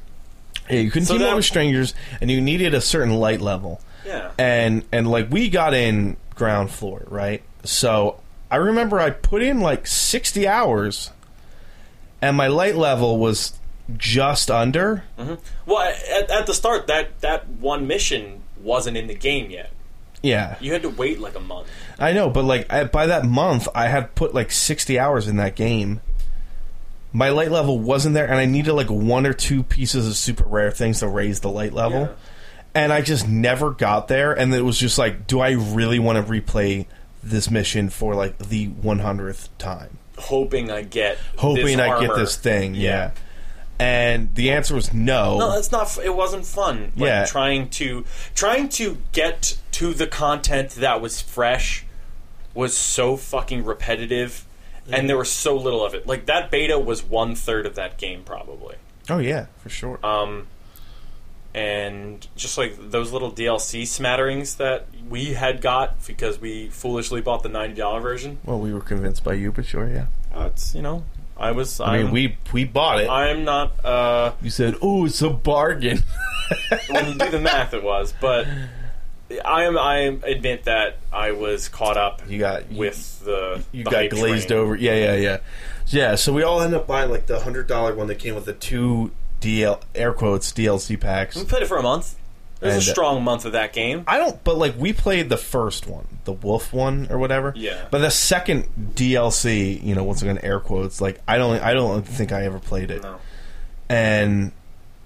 Yeah, you couldn't So team that- up with strangers, and you needed a certain light level. Yeah. And and like we got in ground floor, right? So I remember I put in like sixty hours, and my light level was just under. Mm-hmm. Well, at, at the start, that that one mission wasn't in the game yet. Yeah, You had to wait like a month. I know, but like I, by that month, I had put like sixty hours in that game. My light level wasn't there, and I needed like one or two pieces of super rare things to raise the light level, Yeah. and I just never got there. And it was just like, do I really want to replay this mission for like the one hundredth time, Hoping I get, this hoping I get armor. this thing? Yeah. And the answer was no. No, that's not. f- It wasn't fun. Like, Yeah. Trying to trying to get to the content that was fresh was so fucking repetitive, and there was so little of it. Like that beta was one third of that game probably. oh yeah, for sure. Um, and just like those little DLC smatterings that we had got because we foolishly bought the ninety dollar version. well, we were convinced by you, but sure, yeah. Uh, it's you know, I was. I I'm, mean, we we bought it. I'm not. Uh, you said, "Oh, it's a [LAUGHS] bargain." when you do the math, it was. But I am. I admit that I was caught up you got you- with the. you the got hype glazed train. over. Yeah, yeah, yeah, yeah. So we all end up buying like the hundred dollar one that came with the two DL air quotes DLC packs. We played it for a month. It was And, a uh, strong month of that game. I don't, but like we played the first one, the Wolf one or whatever. Yeah. But the second DLC, you know, once again air quotes, like I don't, I don't think I ever played it, no. and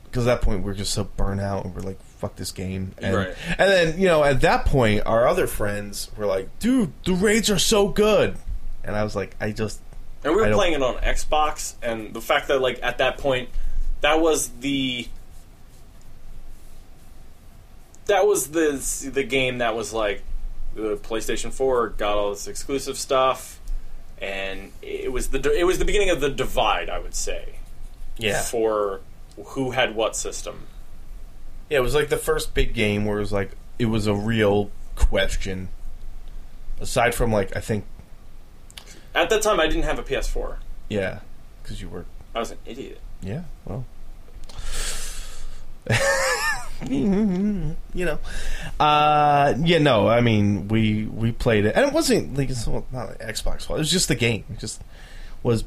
because at that point we we're just so burnt out and we're like, fuck this game, and Right. and then you know at that point our other friends were like, dude, the raids are so good, and I was like, I just And we I were don't- playing it on Xbox, and the fact that like at that point, that was the that was the the game that was like the PlayStation Four got all this exclusive stuff, and it was the it was the beginning of the divide, I would say, for who had what system. Yeah, it was like the first big game where it was like it was a real question. Aside from like I think At that time, I didn't have a PS4. yeah, because you were I was an idiot. yeah well, [LAUGHS] you know, uh, yeah no I mean we we played it and it wasn't like it's not like Xbox fault it was just the game it just was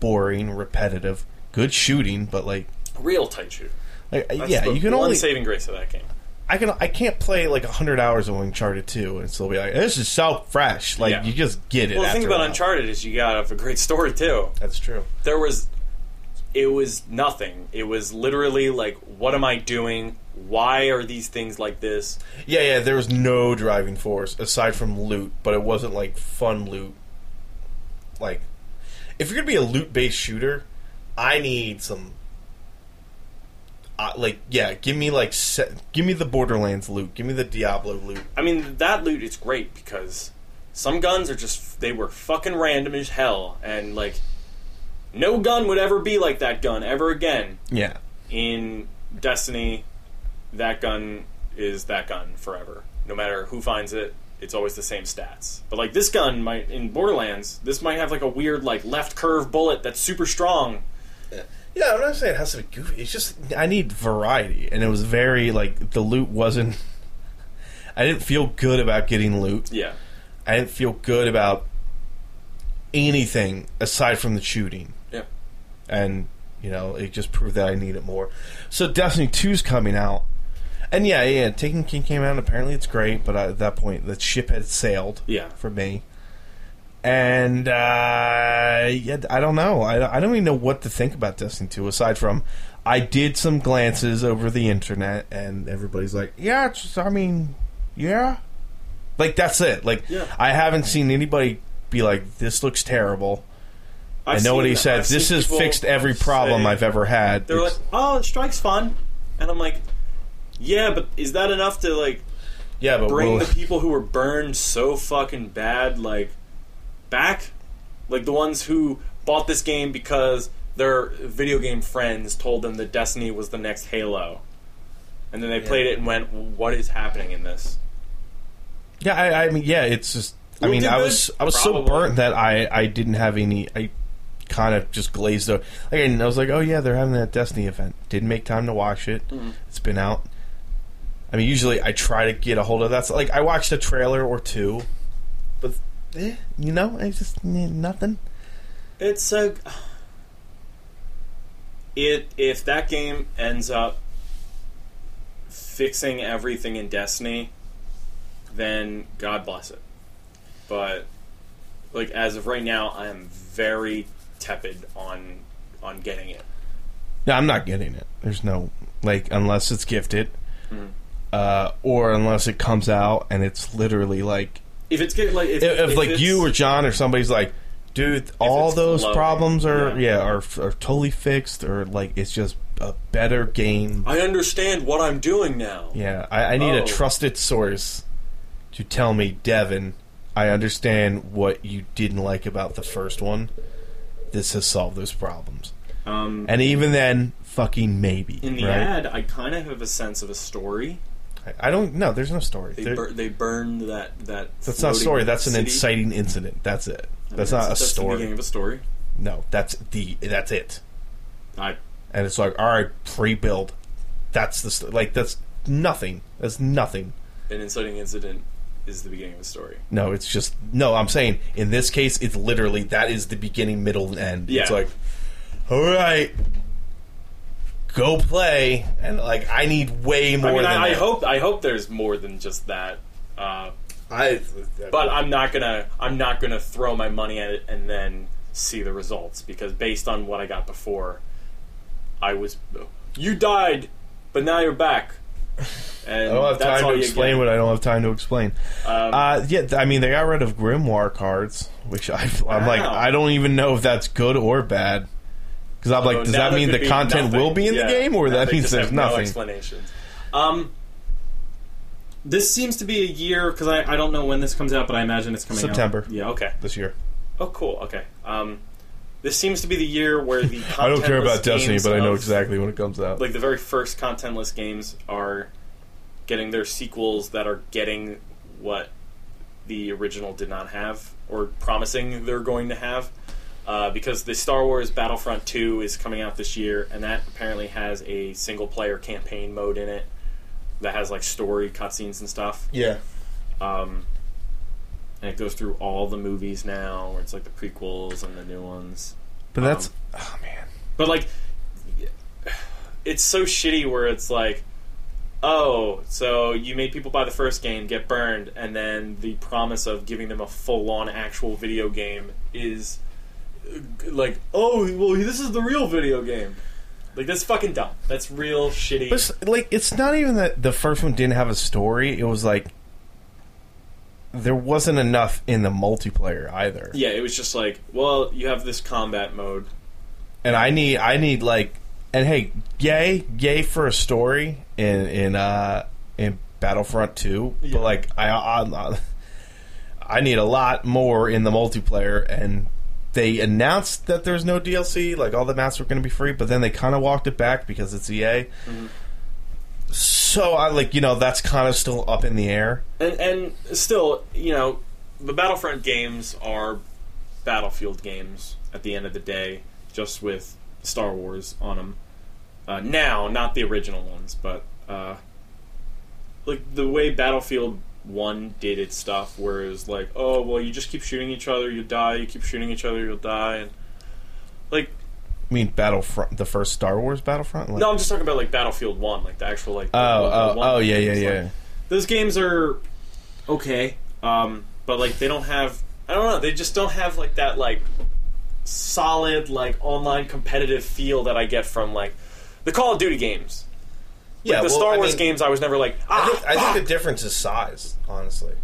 boring repetitive good shooting but like Real tight shooter. like That's yeah the you can one only saving grace of that game. I can I can't play like hundred hours of Uncharted two and still be like this is so fresh. Like Yeah. you just get it. Well, the thing after a about while. Uncharted is you gotta have a great story too. That's true. there was it was nothing it was literally like what am i doing why are these things like this Yeah, yeah. There was no driving force aside from loot, but it wasn't like fun loot. Like, if you're gonna be a loot based shooter, I need some. Uh, like yeah, give me like se- give me the Borderlands loot, give me the Diablo loot. i mean that loot is great because some guns are just they were fucking random as hell and like no gun would ever be like that gun ever again Yeah, in destiny that gun is that gun forever no matter who finds it it's always the same stats. But like this gun might in Borderlands, this might have like a weird like left curve bullet that's super strong. Yeah, I'm not saying it has to be goofy. It's just I need variety, and it was very like the loot wasn't. [LAUGHS] I didn't feel good about getting loot. Yeah. I didn't feel good about anything aside from the shooting, Yeah. and you know it just proved that I need it more. So Destiny 2's coming out, and yeah, yeah, Taken King came out. And apparently, it's great, but at that point, the ship had sailed Yeah. for me. And uh, yeah, I don't know. I, I don't even know what to think about Destiny 2 aside from I did some glances over the internet and everybody's like, yeah, it's just, I mean, yeah. Like, that's it. Like, Yeah. I haven't seen anybody be like, this looks terrible. i I've know what seen he that. said. I've This seen has people fixed every problem say- I've ever had. They're like, It's- "Oh, it strikes fun," and I'm like, "Yeah, but is that enough to like yeah, but bring we'll- the people who were burned so fucking bad like back like the ones who bought this game because their video game friends told them that destiny was the next halo and then they played it and went what is happening in this [LAUGHS] Yeah, I, I mean, yeah, it's just. I Looked mean, it I good? was I was so Probably. burnt that I I didn't have any. I kind of just glazed over. Like I, I was like, oh yeah, they're having that Destiny event. Didn't make time to watch it. Mm-hmm. It's been out. I mean, usually I try to get a hold of that. So, like I watched a trailer or two, but eh, you know, I just eh, nothing. It's so. It if that game ends up fixing everything in Destiny, then God bless it. But like as of right now, I am very tepid on on getting it. No, I'm not getting it. There's no like unless it's gifted, Mm. uh, or unless it comes out and it's literally like If it's get, like if, if, if like it's- you or John or somebody's like, dude, all it's those floating, problems are yeah, yeah. are, are totally fixed or like it's just a better game. I understand what I'm doing now. Yeah, I, I need a Oh. trusted source to tell me, Devin, I understand what you didn't like about the first one. This has solved those problems, Um, and even then, fucking maybe. in the right? ad, I kind of have a sense of a story. I, I don't. No, there's no story. They There- bur- they burned that that. that's not a story. floating That's an city. inciting incident. That's it. I mean, That's not a The beginning story. of a story. No, that's the. That's it. I and it's like all right pre-build that's the st- like that's nothing that's nothing an inciting incident is the beginning of a story. no it's just no i'm saying in this case it's literally that is the beginning middle and end it's Yeah. like all right go play and like i need way more I mean, than I, I that. hope I hope there's more than just that. Uh, i but I'm not gonna I'm not gonna throw my money at it and then see the results because based on what I got before, I was you died, but now you're back. [LAUGHS] And I don't have that's time all to you explain Get. what I don't have time to explain. Um, uh, yeah, th- I mean they got rid of grimoire cards, which I, I'm like Wow. I don't even know if that's good or bad. Because I'm like, So does now that there mean could the be content nothing. will be in Yeah. the game, or Now that they means just there's have no nothing? explanations. Um, this seems to be a year because I, I don't know when this comes out, but I imagine it's coming September. out Yeah. Okay. this year. Oh, cool. Okay. Um, this seems to be the year where the [LAUGHS] I don't care contentless about Destiny, games but I know of- exactly when it comes out. Like the very first contentless games are getting their sequels that are getting what the original did not have, or promising they're going to have. Uh, because the Star Wars Battlefront 2 is coming out this year, and that apparently has a single player campaign mode in it that has like story cutscenes and stuff. yeah, Um, and it goes through all the movies now, where it's like the prequels and the new ones. but that's um, oh man, But like, it's so shitty where it's like, oh, so you made people buy the first game, get burned, and then the promise of giving them a full-on actual video game is uh, like, oh, well, this is the real video game. Like that's fucking dumb. That's real shitty. but it's, like it's not even that the first one didn't have a story. It was like there wasn't enough in the multiplayer either. yeah, it was just like, well, you have this combat mode. and I need I need like and hey, yay, yay for a story in in uh in Battlefront 2, Yeah. but like I, I I need a lot more in the multiplayer and they announced that there's no DLC, Mm-hmm. like all the maps were going to be free, but then they kind of walked it back because it's EA. E so I like you know that's kind of still up in the air. And, and still, you know, the Battlefront games are Battlefield games at the end of the day, just with Star Wars on them. Uh, now, not the original ones, but uh, like the way Battlefield 1 did its stuff, where it was like, oh, well, you just keep shooting each other, you die, you keep shooting each other, you'll die. And, like, I mean, Battlefront, the first Star Wars Battlefront. Like, no, I'm just talking about like Battlefield 1, like the actual, like, oh, oh, one oh, yeah, yeah, games, like, yeah. those games are okay, um, but like they don't have. I don't know. They just don't have like that like solid like online competitive feel that I get from like the Call of Duty games. Like, Yeah, the well, Star I Wars mean- games. I was never like ah. I think, I fuck." think the difference is size, honestly.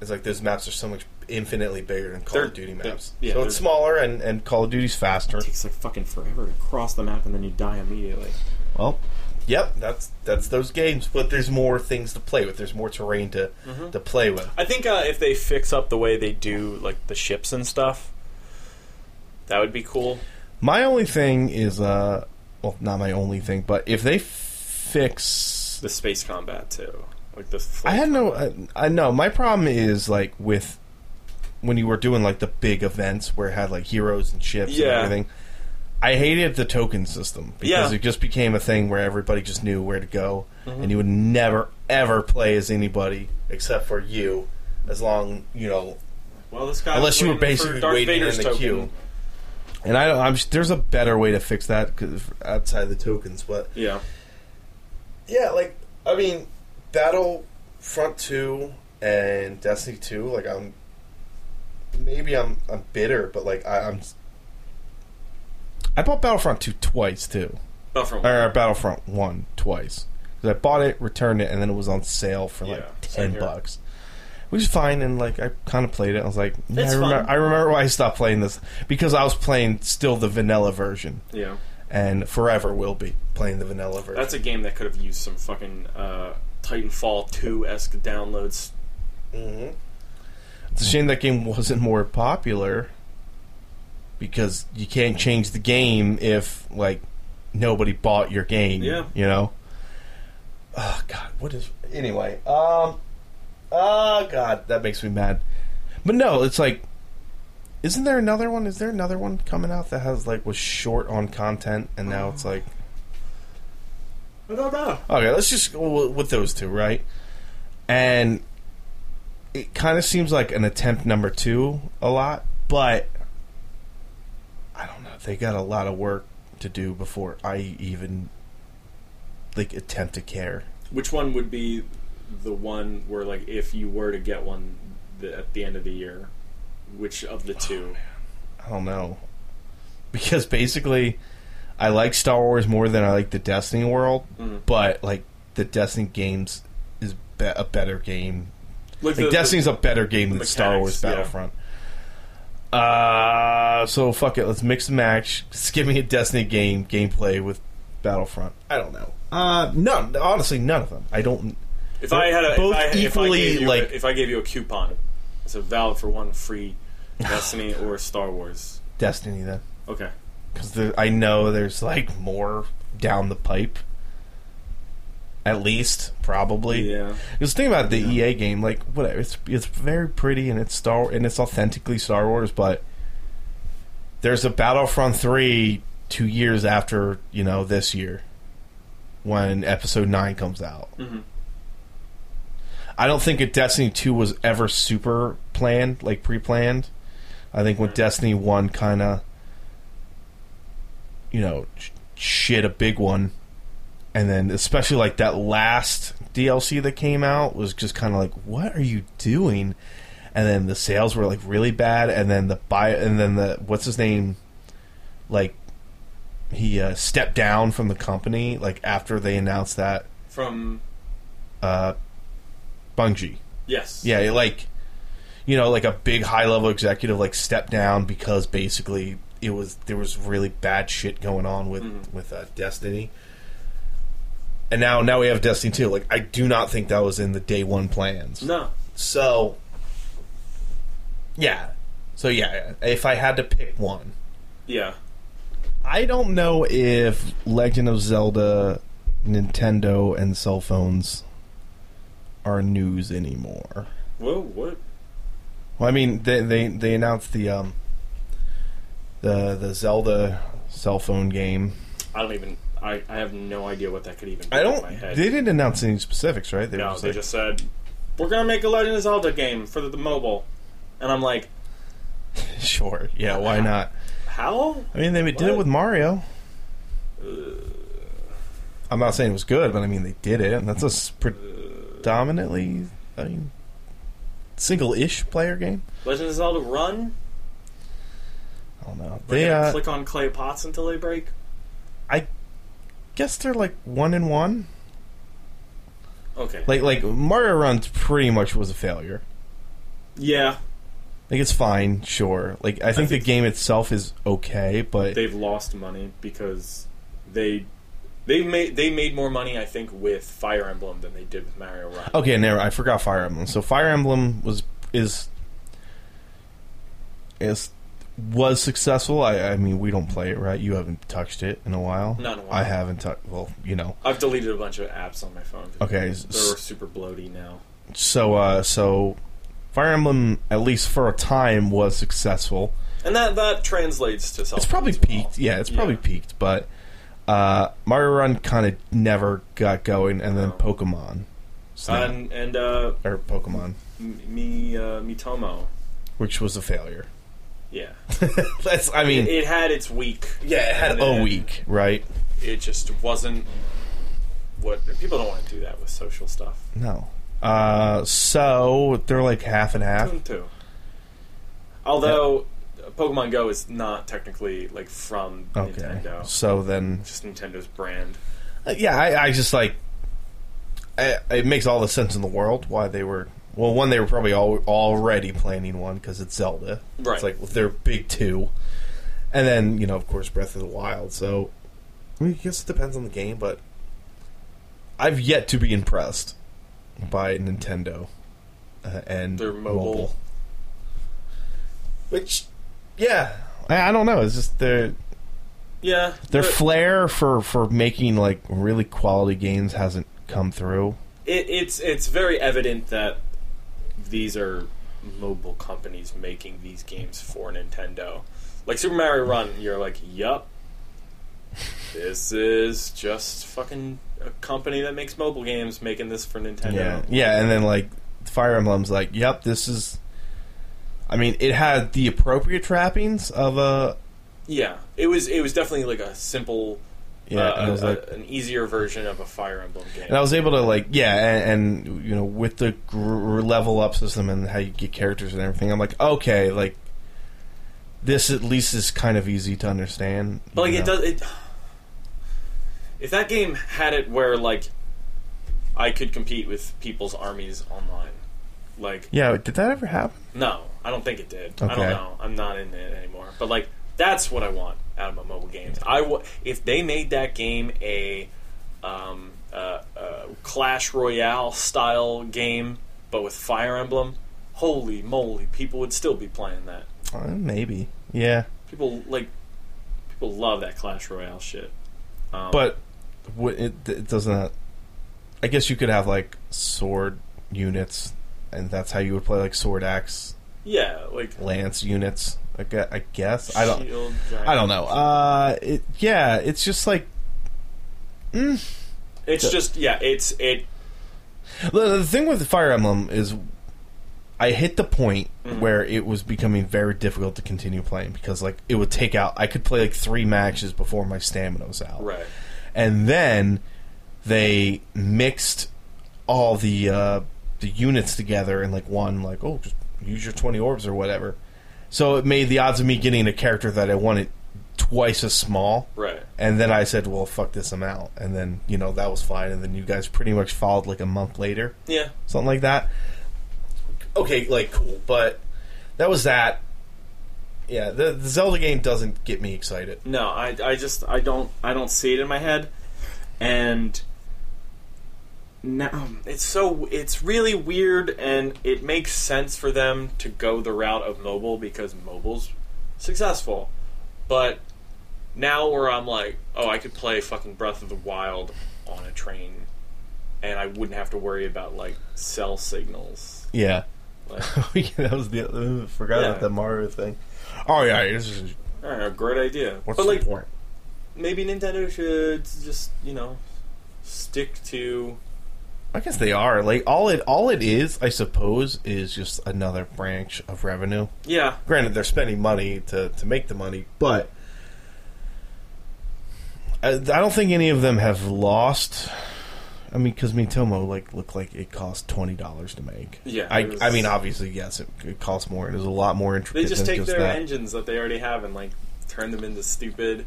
It's like those maps are so much infinitely bigger than Call They're- of Duty they're- maps. yeah, so it's they're- smaller and, and Call of Duty's faster. it takes like fucking forever to cross the map and then you die immediately. Well, yep, that's that's those games, but there's more things to play with. There's more terrain to Mm-hmm. to play with. I think uh, if they fix up the way they do like the ships and stuff, that would be cool. My only thing is uh well, not my only thing, but if they fix The space combat too, like the. I had no. I, I know my problem is like with when you were doing like the big events where it had like heroes and ships Yeah. and everything. I hated the token system because Yeah. it just became a thing where everybody just knew where to go, Mm-hmm. and you would never ever play as anybody except for you, as long you know Well, this guy unless you was were waiting for basically Darth waiting Vader's in the token. queue. And I don't. I'm, there's a better way to fix that 'cause outside the tokens, but Yeah. Yeah, like I mean, Battle Front Two and Destiny Two. Like I'm, maybe I'm I'm bitter, but like I, I'm. I bought Battlefront Two twice too, Battlefront. or Battlefront One twice. 'Cause I bought it, returned it, and then it was on sale for like Yeah, same ten here. bucks, which is fine. And like I kind of played it. I was like, yeah, It's I remember, fun. I remember why I stopped playing this because I was playing still the vanilla version, Yeah. and forever will be playing the vanilla version. That's a game that could have used some fucking uh, Titanfall 2 esque downloads. hmm It's a shame that game wasn't more popular because you can't change the game if like nobody bought your game. Yeah. you know. Oh God, what is anyway? Um, oh God, that makes me mad. But no, it's like, isn't there another one? Is there another one coming out that has like was short on content and now it's like I don't know. Okay, let's just go wi- with those two, right? And it kind of seems like an attempt number two a lot, but I don't know. They got a lot of work to do before I even like attempt to care. Which one would be the one where, like, if you were to get one th- at the end of the year, which of the two? I don't know [LAUGHS] because basically, I like Star Wars more than I like the Destiny world, Mhm. but like the Destiny games is be- a better game Like, Like the- Destiny's a better game than the Star Wars mechanics, yeah. Battlefront. Uh, so fuck it. Let's mix and match. Just give me a Destiny game gameplay with Battlefront. I don't know. Uh, none. Honestly, none of them. I don't. the- if I had a, both if I, if I equally, gave you a- like- if I gave you a coupon, it's a valid for [LAUGHS] one free Destiny or Star Wars. Destiny then, Okay. because I know there's like more down the pipe. At least, probably. Yeah. Just think about the EA game, like whatever. It's it's very pretty and it's Star and it's authentically Star Wars, but there's a Battlefront three two years after you know this year when Episode nine comes out. Mm-hmm. I don't think a Destiny two was ever super planned, like pre planned. I think when Right. Destiny one kind of you know sh- shit a big one. And then, especially like that last DLC that came out was just kind of like, "What are you doing?" And then the sales were like really bad. And then the buy, and then the what's his name, like he uh, stepped down from the company like after they announced that From uh, Bungie. yes. Yeah, like you know, like a big high level executive like stepped down because basically it was there was really bad shit going on with Mhm. with uh, Destiny. And now now we have Destiny 2. Like I do not think that was in the day 1 plans. No. So yeah. So yeah, if I had to pick one, Yeah. I don't know if Legend of Zelda Nintendo and cell phones are news anymore. Whoa, what? Well, I mean, they they, they announced the um the the Zelda cell phone game. I don't even. I, I have no idea what that could even. Be I In don't. Oh my They head. didn't announce any specifics, right? They no, they like- just said we're gonna make a Legend of Zelda game for the, the mobile, and I'm like, [LAUGHS] sure. Yeah, why not? how? I mean, they did it What? Uh. with Mario. I'm not saying it was good, but I mean they did it, and that's a s- predominantly, I mean, single-ish player game. Legend of Zelda Run? I don't know. We're They, gonna uh, click on clay pots until they break. guess they're like one and one. Okay. Like, like Mario Runs pretty much was a failure. yeah, Like it's fine, sure. Like I think the think- game itself is okay, but they've lost money because they they made they made more money I think with Fire Emblem than they did with Mario Run. okay, never. I forgot Fire Emblem. So Fire Emblem was is is was successful. I, I mean, we don't play it, right? You haven't touched it in a while. Not in a while. I haven't touched. Well, you know. I've deleted a bunch of apps on my phone. Okay, s- They're super bloaty now. So uh, so Fire Emblem, at least for a time, was successful. And that that translates to something. It's probably as Oh, well. peaked. Yeah, it's probably Yeah. peaked, but uh, Mario Run kind of never got going, and then No. Pokemon, Snap, And and uh, or Pokemon, M- me uh, Mitomo. which was a failure. [LAUGHS] Yeah, That's, I mean, it, it had its week. yeah, it had and a then week, right? It just wasn't what people don't want to do that with social stuff. No. Uh, so they're like half and half. Two and two. Although Pokemon Go is not technically like from Okay. Nintendo, it's So then, just Nintendo's brand. uh, yeah, I, I just like I, it makes all the sense in the world why they were. Well, one, they were probably all, already planning one because it's Zelda. Right. It's like their big two. And then, you know, of course, Breath of the Wild. So, I mean, I guess it depends on the game, but I've yet to be impressed by Nintendo uh, and Their mobile. Which, yeah, I, I don't know. It's just their Yeah, their but flair for for making like really quality games hasn't come through. it, it's it's very evident that these are mobile companies making these games for Nintendo. Like Super Mario Run, you're like, yup, this is just fucking a company that makes mobile games making this for Nintendo. Yeah, yeah, and then like Fire Emblem's like, "Yep, this is." I mean, it had the appropriate trappings of Uh, a Yeah, it was it was definitely like a simple, yeah, uh, and I was a- like, an easier version of a Fire Emblem game. and I was able to like, yeah, and, and you know, with the gr- level up system and how you get characters and everything, I'm like, okay, like this at least is kind of easy to understand. but like you it know? does it. If that game had it where like I could compete with people's armies online, like Yeah, did that ever happen? no, I don't think it did. I Okay. don't know. I'm not in it anymore. But like that's what I want out of my mobile games. I w- if they made that game a um, uh, uh, Clash Royale style game, but with Fire Emblem. Holy moly! People would still be playing that. Uh, maybe, yeah, people like people love that Clash Royale shit. Um, but w- it, it doesn't. I guess you could have like sword units, and that's how you would play like sword axe yeah, like lance units. I gue- I guess I don't. Shield, I don't know. Uh, it, yeah, it's just like It's just yeah, it's it. the, the thing with Fire Emblem is, I hit the point where it was becoming very difficult to continue playing because like it would take out. I could play like three matches before my stamina was out, Right. and then they mixed all the uh, the units together in like one like oh just use your 20 orbs or whatever so it made the odds of me getting a character that i wanted twice as small Right. and then i said well fuck this i'm out and then you know that was fine and then you guys pretty much followed like a month later Yeah. something like that okay like cool but that was that yeah the, the zelda game doesn't get me excited No, I I just I don't I don't see it in my head, and no, it's so it's really weird, and it makes sense for them to go the route of mobile because mobile's successful, but now where I'm like, oh, I could play fucking Breath of the Wild on a train, and I wouldn't have to worry about like cell signals. [LAUGHS] Yeah. Like, that was the uh, forgot Yeah. about the Mario thing. Oh yeah, this is I don't know, great idea. what's but the like, point? maybe Nintendo should just you know stick to I guess they are. Like all it all it is, I suppose, is just another branch of revenue. yeah Granted, they're spending money to to make the money, but I, I don't think any of them have lost. I mean, because Mitomo like looked like it cost twenty dollars to make. yeah. I, it was- I mean, obviously, yes, it, it costs more. It is a lot more intricate. They just than take their that. engines that they already have and like turn them into stupid.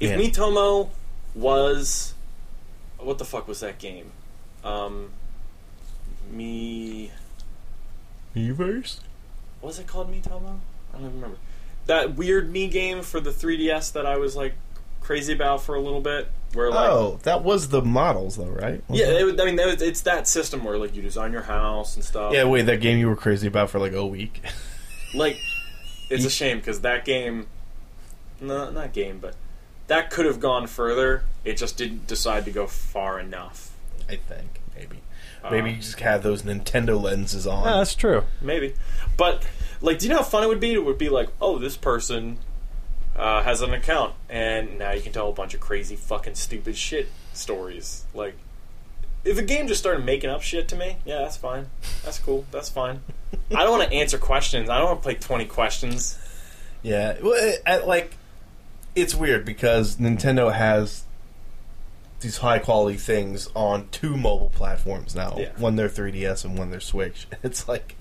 If Yeah. Mitomo was what the fuck was that game? Um, me Miiverse? what was it called Mitomo? I don't even remember. That weird me game for the 3DS that I was like crazy about for a little bit. Where like Oh, that was the models, though, right? Was yeah, that- it, was- I mean that was, it's that system where like you design your house and stuff. yeah. Wait, that game you were crazy about for like a week. [LAUGHS] like it's You- a shame because that game no not game but that could have gone further it just didn't decide to go far enough I think maybe. Uh, Maybe you just had those Nintendo lenses on. Yeah, that's true. maybe but like do you know how fun it would be it would be like oh this person uh, has an account and now you can tell a bunch of crazy fucking stupid shit stories like if the game just started making up shit to me yeah that's fine that's cool that's fine i don't want to answer questions i don't want to play 20 questions [LAUGHS] Yeah, well, it, I- like it's weird because Nintendo has these high quality things on two mobile platforms now. Yeah. One their 3DS and one their Switch. [LAUGHS] It's like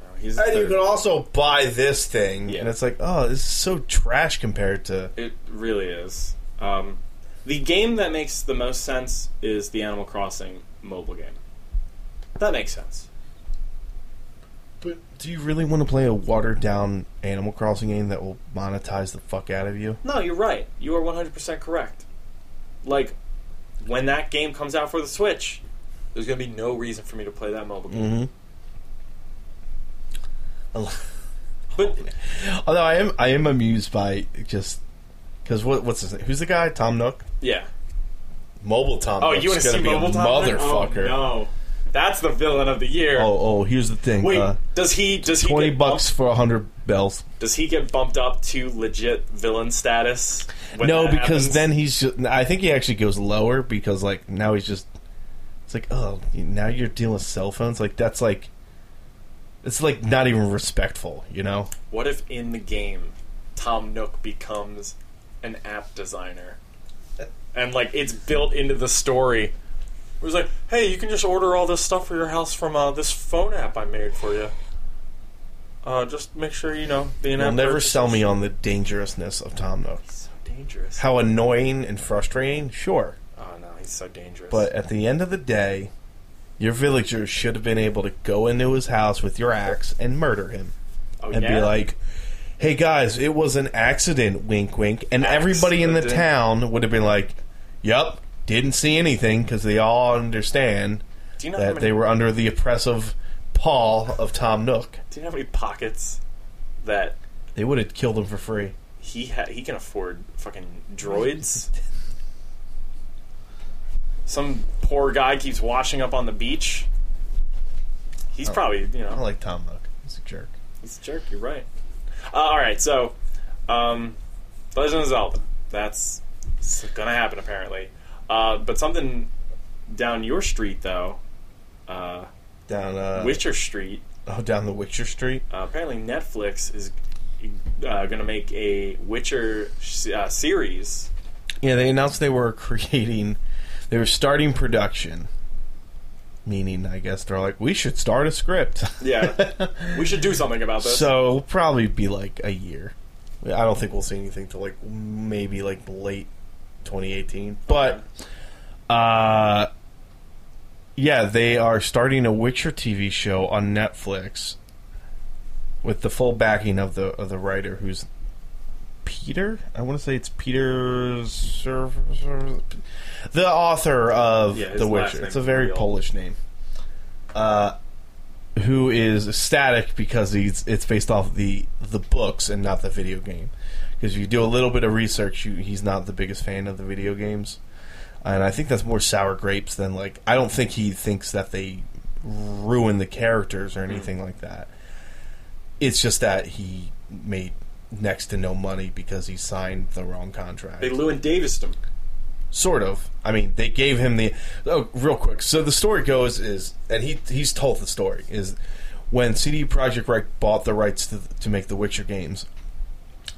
Oh, he's a and you third. can also buy this thing, Yeah. and it's like, oh, this is so trash compared to It really is. Um, the game that makes the most sense is the Animal Crossing mobile game. That makes sense. But do you really want to play a watered down Animal Crossing game that will monetize the fuck out of you? No, you're right. You are 100% correct. Like, when that game comes out for the Switch, there's going to be no reason for me to play that mobile game. Mm-hmm. Mm-hmm. But [LAUGHS] Although I am, I am amused by just because what, what's his name? Who's the guy? Tom Nook, yeah. Mobile Tom. Oh, Nook's you want to gonna see be a mobile Tom Nook? motherfucker? Oh, no, that's the villain of the year. Oh, oh, here's the thing. Wait, uh, does he? Does he twenty get bucks bumped- for a hundred bells. does he get bumped up to legit villain status? when no, that because happens? then he's. Just, I think he actually goes lower because like now he's just. It's like oh, now you're dealing with cell phones. Like that's like. It's like not even respectful, you know. What if in the game Tom Nook becomes an app designer? And like it's built into the story. It was like, hey, you can just order all this stuff for your house from uh, this phone app I made for you. Uh, just make sure you know the They'll in-app never purchase sell is me on the dangerousness of Tom Nook. So dangerous. How annoying and frustrating, sure. oh no, he's so dangerous. But at the end of the day, your villagers should have been able to go into his house with your axe and murder him. oh, And yeah? be like, hey guys, it was an accident, wink, wink. And everybody in the Accident. town would have been like, yup, didn't see anything because they all understand do you know how that many, they were under the oppressive paw of Tom Nook. Do you know how many pockets that They would have killed him for free. he ha- he can afford fucking [LAUGHS] droids. Some poor guy keeps washing up on the beach. He's Oh. probably you I don't know like Tom Nook. He's a jerk. he's a jerk. You're right. Uh, all right, so um, Legend of Zelda. That's it's gonna happen apparently. Uh, but something down your street though, uh, Down uh, Witcher Street. oh, down the Witcher Street. Uh, apparently, Netflix is uh, gonna make a Witcher uh, series. Yeah, they announced they were [LAUGHS] creating, they were starting production. Meaning, I guess they're like, we should start a script. [LAUGHS] Yeah. We should do something about this. so it'll probably be like a year. I don't think we'll see anything till like maybe like late 2018. But, uh, yeah, they are starting a Witcher TV show on Netflix with the full backing of the of the writer who's Peter. I want to say it's Peter Serv, Serv- the author of Yeah, his The last Witcher. name It's a is very real. Polish name. Uh, who is ecstatic because he's it's based off the the books and not the video game. because you do a little bit of research, you, he's not the biggest fan of the video games, and I think that's more sour grapes than like I don't think he thinks that they ruin the characters or anything like that. It's just that he made next to no money because he signed the wrong contract. They Lewin Davis him. Sort of. I mean, they gave him the. Oh, real quick. So the story goes is, and he he's told the story is, when CD Projekt Red bought the rights to to make the Witcher games,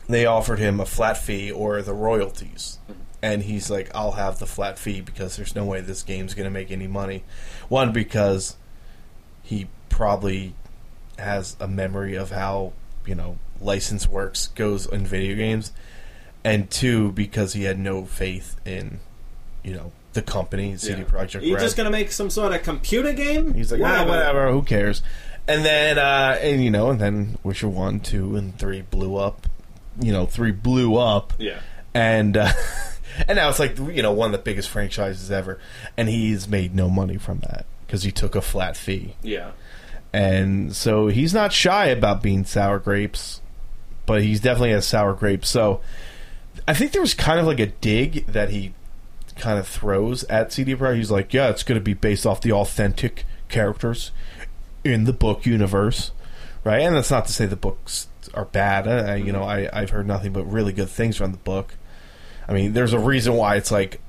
they offered him a flat fee or the royalties, Mm-hmm. and he's like, "I'll have the flat fee because there's no way this game's going to make any money." One because he probably has a memory of how you know license works goes in video games and two because he had no faith in you know the company CD Yeah. Project You're Red. just gonna make some sort of computer game? He's like, ah, Whatever. whatever, who cares? And then, uh, and you know, and then Witcher one, two, and three blew up. You know, three blew up, Yeah. and uh, [LAUGHS] and now it's like you know one of the biggest franchises ever, and he's made no money from that because he took a flat fee, Yeah. and so he's not shy about being sour grapes, but he's definitely has sour grapes. So I think there was kind of like a dig that he kind of throws at CD Projekt. He's like, "Yeah, it's going to be based off the authentic characters in the book universe, right?" And that's not to say the books are bad. I, I- you know, I, I've heard nothing but really good things from the book. I mean, there's a reason why it's like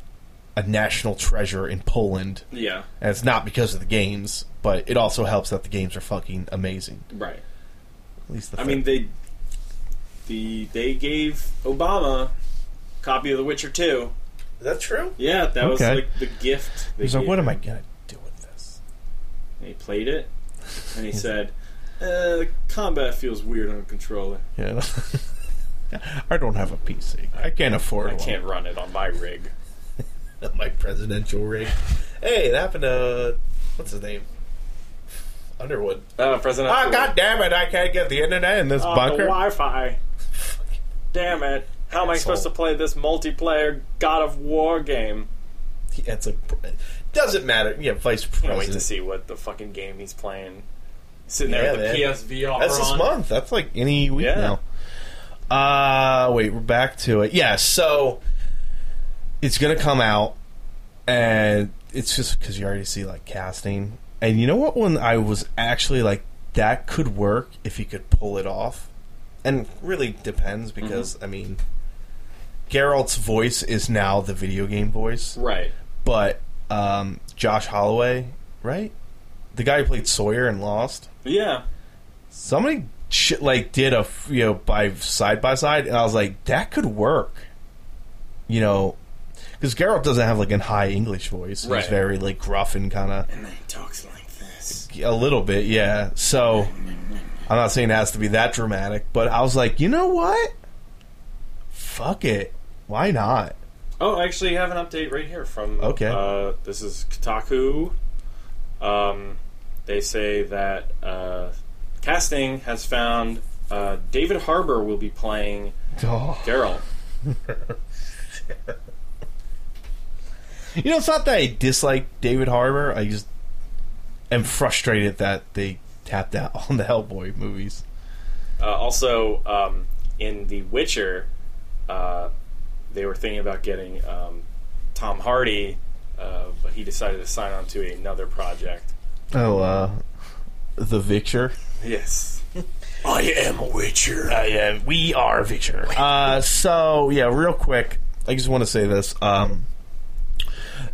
a national treasure in Poland, Yeah. and it's not because of the games, but it also helps that the games are fucking amazing. Right. At least the I mean, they the they gave Obama a copy of The Witcher 2. is that true? Yeah, that was Okay. like the gift. They He's like, gave "What him. am I gonna do with this?" And he played it, and he said, uh, "The combat feels weird on a controller. Yeah. [LAUGHS] I don't have a PC. I can't afford I one. can't run it on my rig." my presidential rig. Hey, it happened to what's his name? Underwood. Oh, President. Ah, god damn it! I can't get the internet in this Oh, the bunker. Wi-Fi. Damn it! How am I supposed to Asshole. play this multiplayer God of War game? It's a doesn't matter. Yeah, vice Can't wait president. to see what the fucking game he's playing. Sitting there Yeah, with the man. PSVR That's this on. month. That's like any week Yeah. now. Uh wait, we're back to it. Yeah, so it's gonna come out, and it's just because you already see like casting. And you know what? When I was actually like, that could work if he could pull it off, and really depends because I mean, Geralt's voice is now the video game voice, Right. but um, Josh Holloway, right? The guy who played Sawyer and Lost Yeah. somebody sh- like did a f- you know by side by side, and I was like, that could work. You know, because Geralt doesn't have like a high English voice. He's Right. very like gruff and kind of And then he talks like this. a little bit, yeah. So I'm not saying it has to be that dramatic, but I was like, you know what? Fuck it. Why not? Oh, I actually have an update right here from. Okay. Uh, this is Kotaku. Um, they say that uh, casting has found uh, David Harbour will be playing Oh. Geralt. You know, it's not that I dislike David Harbour. I just am frustrated that they tapped out on the Hellboy movies. Uh, also, um, in The Witcher, uh, they were thinking about getting um, Tom Hardy, uh, but he decided to sign on to another project. Oh, uh, the Victor. [LAUGHS] Yes. I am a Witcher. Uh, yeah, we are Victor. Uh, so yeah, real quick, I just want to say this. Um,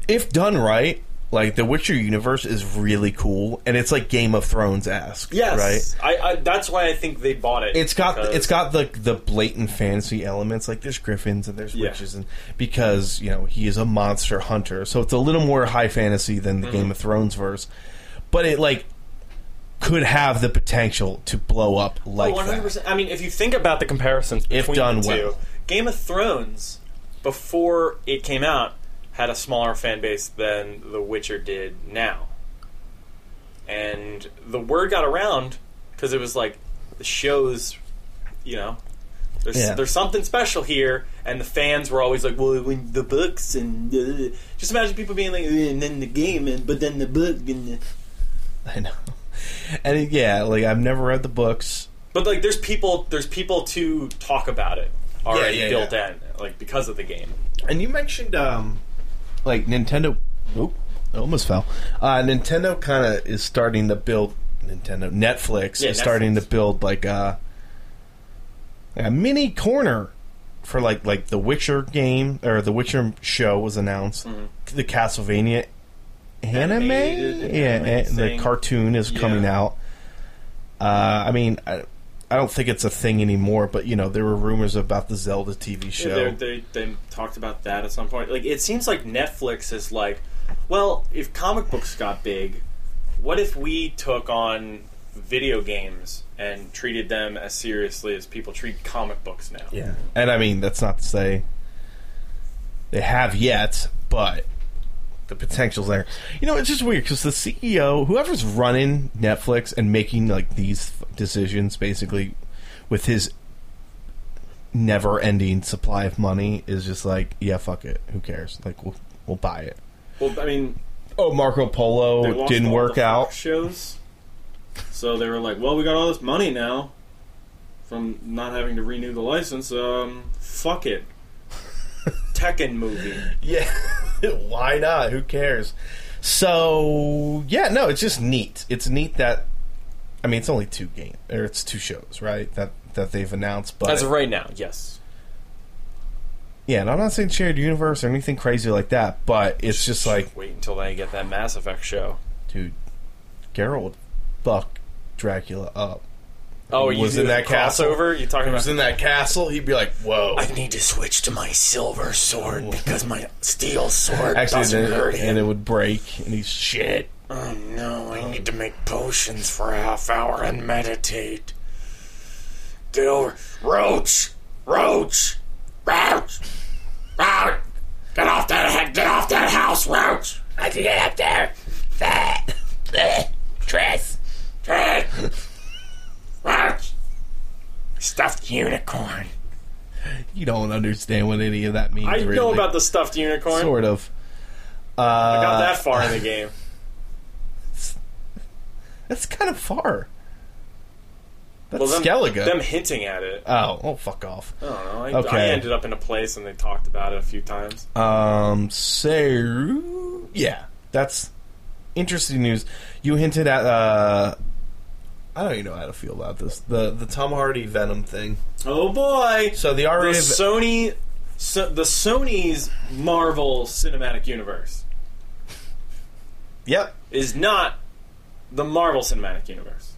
if done right, like the Witcher universe is really cool, and it's like Game of Thrones esque. Yes, right. I, I. That's why I think they bought it. It's got because- it's got the the blatant fantasy elements like there's griffins and there's Yeah. witches and because you know he is a monster hunter so it's a little more high fantasy than Mm-hmm. the Game of Thrones verse, but it like could have the potential to blow up like Oh, one hundred that. percent. I mean, if you think about the comparisons between If done the two, well. Game of Thrones, before it came out, had a smaller fan base than The Witcher did now, and the word got around because it was like the shows, you know. There's, Yeah. there's something special here, and the fans were always like, "Well, when the books and uh, just imagine people being like, "Uh, and then the game, and but then the book and." The... [LAUGHS] I know. And it- yeah, like I've never read the books. But like, there's people, there's people to talk about it. already yeah, built yeah. in, like because of the game. And you mentioned um, like Nintendo. Oop, I almost fell. Uh, Nintendo kind of is starting to build. Nintendo Netflix Yeah, is starting to Netflix. build like a, a mini corner for like like the Witcher game or the Witcher show was announced. The Castlevania anime, Mm-hmm. Animated yeah, anime and the thing. cartoon is coming Yeah. out. Uh, I mean, I, I don't think it's a thing anymore, but you know there were rumors about the Zelda TV show. Yeah, they, they, they talked about that at some point. Like, it seems like Netflix is like, well, if comic books got big, what if we took on video games and treated them as seriously as people treat comic books now? Yeah. And I mean, that's not to say they have yet, but the potential's there. You know, it's just weird because the CEO, whoever's running Netflix and making like these f- decisions basically with his never ending supply of money is just like, yeah, fuck it. Who cares? Like, we'll, we'll buy it. Well, I mean, Oh, Marco they Polo lost didn't all work the out. Fox shows, so they were like, well, we got all this money now from not having to renew the license. Um, [LAUGHS] fuck it. Tekken movie. Yeah. [LAUGHS] Why not? Who cares? So yeah, no, it's just neat. It's neat that I mean it's only two games or it's two shows, right? That that they've announced, but As of right now, yes. yeah, and I'm not saying shared universe or anything crazy like that, but it's just like, wait until they get that Mass Effect show. dude, Geralt would fuck Dracula up. Oh, He you was do in the that castle. crossover? You talking He about? was in that castle, he'd be like, "Whoa!" I need to switch to my silver sword because my steel sword Actually, doesn't then- hurt and him. it would break, and he's shit. Oh no, I need to make potions for a half hour and meditate. Get over. Roach! Roach! Roach! Roach! Get off that he- get off that house, Roach! I can get up there. [LAUGHS] That dress. Dress. Roach. Stuffed unicorn. You don't understand what any of that means. I really. know about the stuffed unicorn. sort of. Uh, I got that far in [LAUGHS] the game. That's kind of far. That's Well, them, Skellige. them hinting at it. oh, oh, fuck off. I don't know. I, I Okay. ended up in a place and they talked about it a few times. Um, so yeah, that's interesting news. You hinted at. uh I don't even know how to feel about this. The the Tom Hardy Venom thing. Oh boy! So the The R-rated. Sony, so, the Sony's Marvel Cinematic Universe yep. is not the Marvel Cinematic Universe.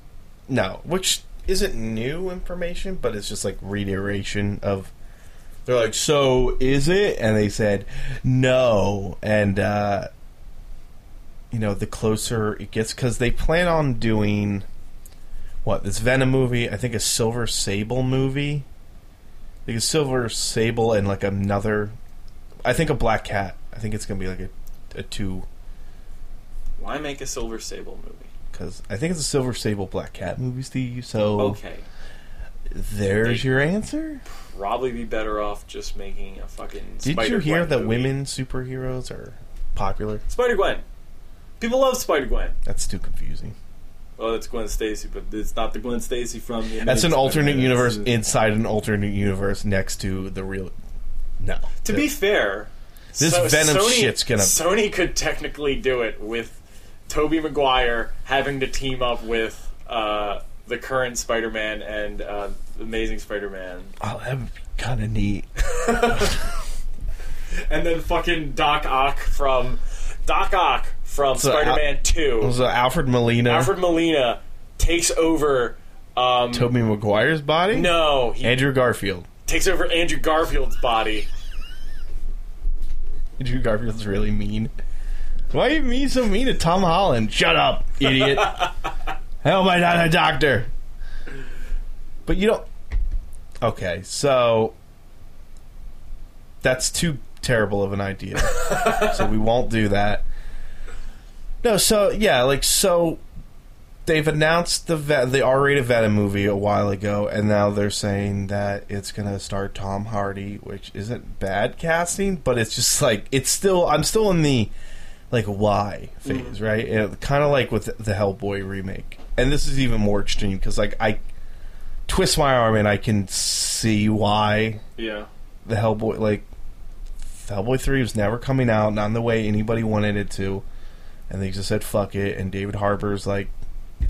No, which isn't new information, but it's just like reiteration of. They're like, so is it? And they said, no. And, uh, you know, the closer it gets, because they plan on doing what? This Venom movie, I think a Silver Sable movie. I think a Silver Sable and like another. I think a Black Cat. I think it's going to be like a, a two, Why make a Silver Sable movie? because I think it's a Silver Sable Black Cat movie, Steve. So. Okay, There's your answer. probably be better off just making a fucking. Did you Spider-Gwen hear that movie. women superheroes are popular? Spider Gwen? People love Spider Gwen. That's too confusing. Well, that's Gwen Stacy, but it's not the Gwen Stacy from. The That's an Amazing alternate Spider-Man. universe It's- inside an alternate universe next to the real. No. to be fair, This Venom shit's gonna- Sony could technically do it with Tobey Maguire having to team up with uh, the current Spider-Man and uh, the Amazing Spider-Man, Oh, that would be kind of neat. and then fucking Doc Ock from Doc Ock from So, Spider-Man It Two. was uh, Alfred Molina, Alfred Molina takes over. Um, Tobey Maguire's body? no, he Andrew Garfield. takes over Andrew Garfield's body. Andrew Garfield's really mean. Why are you mean so mean to Tom Holland? Shut up, idiot. How am I not a doctor? But you don't. Okay, so that's too terrible of an idea. so we won't do that. No, so yeah, like so they've announced the Ve- the R-rated Venom movie a while ago and now they're saying that it's going to star Tom Hardy, which isn't bad casting, but it's just like it's still I'm still in the like why phase, right? Kind of like with the Hellboy remake. And this is even more extreme cuz like I twist my arm and I can see why Yeah. the Hellboy like Hellboy three was never coming out, not in the way anybody wanted it to, and they just said fuck it. And David Harbour's like,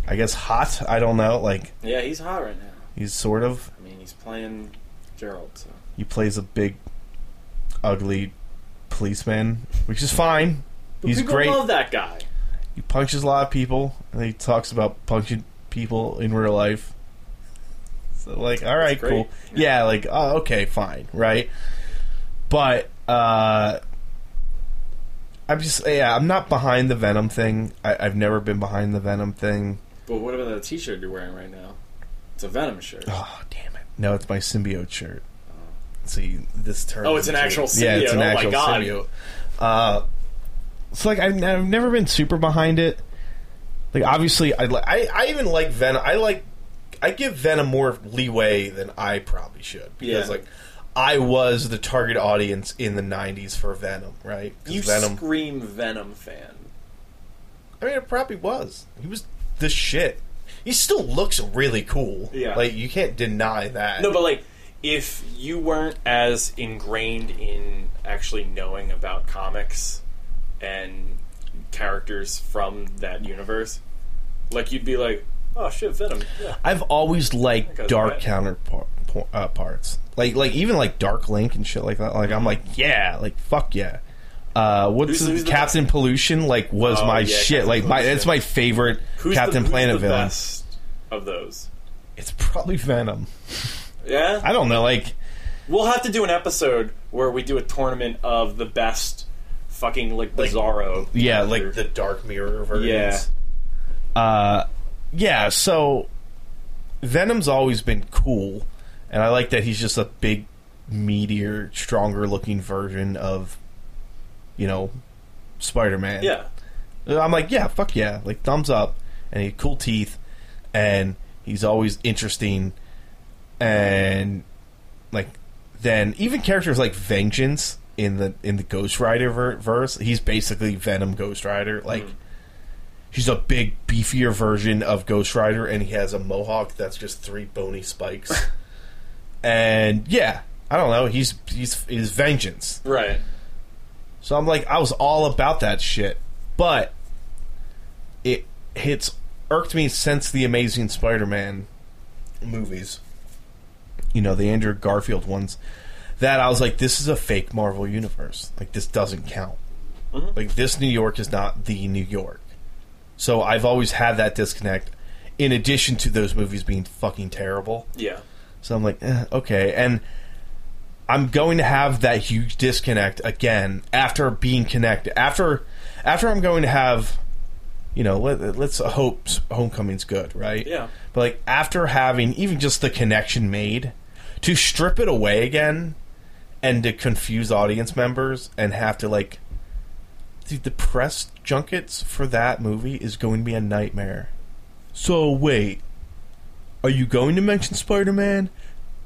I guess hot. I don't know. Like Yeah, he's hot right now. he's sort of I mean, he's playing Gerald, so. he plays a big, ugly policeman, which is fine. But he's people great. love that guy. He punches a lot of people, and he talks about punching people in real life. So, like, all right, great. cool. Yeah, like, oh, okay, fine, right? But, uh, I'm just, yeah, I'm not behind the Venom thing. I, I've never been behind the Venom thing. But what about that T-shirt you're wearing right now? It's a Venom shirt. Oh, damn it. No, it's my symbiote shirt. See, this turns. Oh, it's an into- actual Yeah, it's symbiote. an Oh my actual God. symbiote. Uh, so like I've, I've never been super behind it. Like obviously, I like I, I even like Venom. I like I give Venom more leeway than I probably should because Yeah. like I was the target audience in the '90s for Venom, right? 'Cause You Venom. scream Venom fan. I mean, it probably was. He was the shit. He still looks really cool. Yeah. like you can't deny that. No, but like, if you weren't as ingrained in actually knowing about comics and characters from that universe, like you'd be like, "Oh shit, Venom." Yeah. I've always liked goes dark right. counterparts, uh, parts. like like even like Dark Link and shit like that. Like I'm like yeah, like fuck yeah. Uh, what's Mm-hmm. Who's- his- who's the Captain Pollution? Like was Oh, my yeah, shit. Captain like my Pollution. it's my favorite Who's the, Captain who's Planet the villain. best of those? It's probably Venom. Yeah, I don't know. Like we'll have to do an episode where we do a tournament of the best fucking like Bizarro. yeah, character. like the Dark Mirror yeah. versions. Uh, yeah. So Venom's always been cool, and I like that he's just a big, meteor, stronger looking version of, you know, Spider Man. Yeah, I'm like, yeah, fuck yeah, like thumbs up, and he had cool teeth, and he's always interesting, and like then even characters like Vengeance in the in the Ghost Rider ver- verse, he's basically Venom Ghost Rider, like. He's a big, beefier version of Ghost Rider, and he has a mohawk that's just three bony spikes. and yeah, I don't know. He's he's he's vengeance. right. So I'm like, I was all about that shit, but it hits irked me since the Amazing Spider-Man movies. You know, the Andrew Garfield ones. That I was like, this is a fake Marvel universe. Like this doesn't count. Mhm. Like this New York is not the New York. So I've always had that disconnect. In addition to those movies being fucking terrible. Yeah. So I'm like, eh, okay. And I'm going to have that huge disconnect again after being connected. After after I'm going to have, you know, let, let's hope Homecoming's good, right? Yeah. But like after having even just the connection made, to strip it away again and to confuse audience members and have to like dude, the press junkets for that movie is going to be a nightmare. So wait, are you going to mention Spider-Man?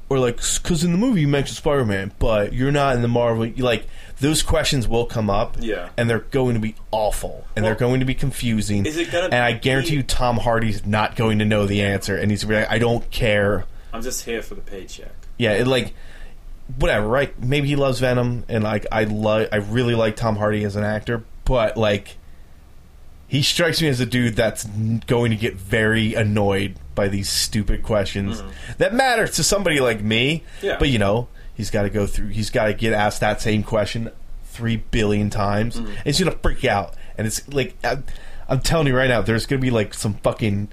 Or like, because in the movie you mentioned Spider-Man, but you're not in the Marvel. you- Like, those questions will come up, Yeah. and they're going to be awful, and they're going to be confusing. Is it gonna and I be- guarantee you, Tom Hardy's not going to know the answer, and he's gonna be like, "I don't care." I'm just here for the paycheck. [LAUGHS] Yeah, it like whatever, right? Maybe he loves Venom and like I love I really like Tom Hardy as an actor, but like he strikes me as a dude that's n- going to get very annoyed by these stupid questions that matter to somebody like me. Yeah. But you know, he's got to go through he's got to get asked that same question 3 billion times. And he's going to freak out. And it's like I'm, I'm telling you right now there's going to be like some fucking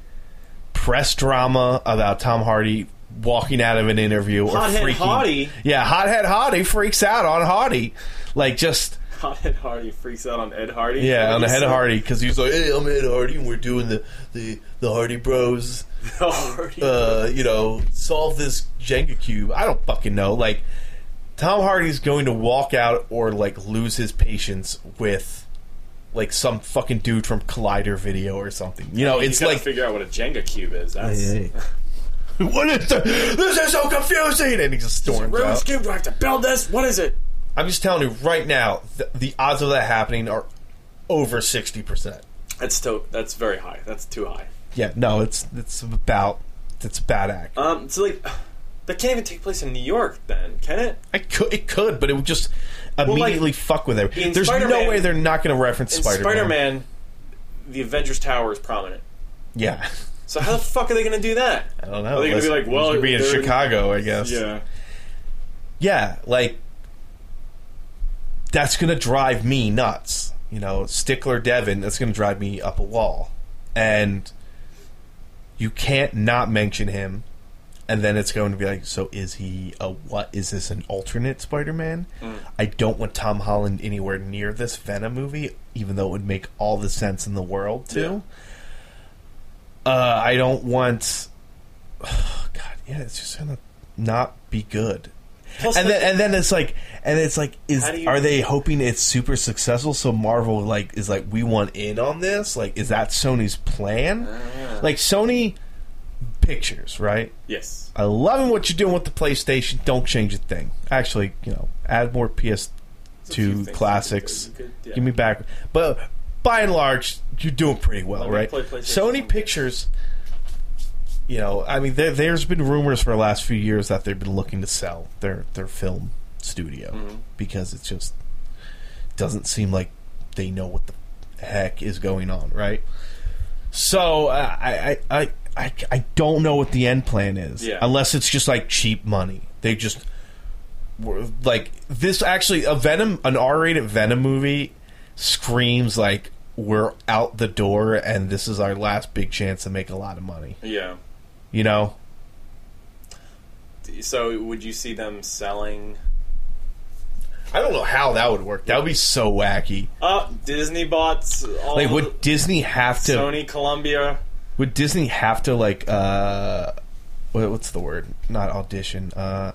press drama about Tom Hardy walking out of an interview or Hothead freaking. Hardy? Yeah, hothead Hardy freaks out on Hardy, like just Hot Ed Hardy freaks out on Ed Hardy. yeah on the head of So- Hardy because he's like, hey, I'm Ed Hardy and we're doing the the the Hardy Bros. [LAUGHS] Hardy. Uh, you know, solve this Jenga cube. I don't fucking know. Like Tom Hardy's going to walk out or like lose his patience with. Like some fucking dude from Collider video or something, you know. He's It's gotta like figure out what a Jenga cube is. That's [LAUGHS] what is the, this is so confusing and he just storms Rubik's out. cube. Do I have to build this? What is it? i'm just telling you right now the, the odds of that happening are over 60% That's to- That's very high. That's too high. yeah no it's it's about that's bad acting. Um, so like, [SIGHS] that can't even take place in New York, then, can it? I could, it could, but it would just immediately fuck with in everything. There's Spider-Man- no way they're not going to reference In Spider-Man. Spider Man, the Avengers Tower is prominent. Yeah, So how the [LAUGHS] fuck are they going to do that? I don't know. Are they gonna be Unless- like, well, it's gonna be in they're in- Chicago, I guess. Yeah. yeah, like that's gonna drive me nuts. You know, Stickler Devin, that's gonna drive me up a wall. And you can't not mention him, and then it's going to be like, so is he a what? Is this an alternate Spider Man? I don't want Tom Holland anywhere near this Venom movie, even though it would make all the sense in the world to. Uh, I don't want. [SIGHS] God, yeah, it's just gonna not be good Plus, and the- then and then it's like and it's like is How do you- are they hoping it's super successful so Marvel like is like we want in on this like is that Sony's plan uh, like Sony Pictures right yes. I loving what you're doing with the PlayStation don't change a thing actually you know add more There's a few PS2 things you classics could do. You could- yeah. give me back but by and large you're doing pretty well Let me right play PlayStation Sony one game. Pictures. You know, I mean, there, there's been rumors for the last few years that they've been looking to sell their their film studio Mm-hmm. because it just doesn't seem like they know what the heck is going on, right? So uh, I, I I I I don't know what the end plan is, Yeah. unless it's just like cheap money. They just were- like this actually a Venom an R-rated Venom movie screams like we're out the door and this is our last big chance to make a lot of money. Yeah. You know? So would you see them selling? I don't know how that would work. That would be so wacky. Uh, Disney bought all Like the- would Disney have to Sony Columbia. would Disney have to like uh what- what's the word? Not audition. Uh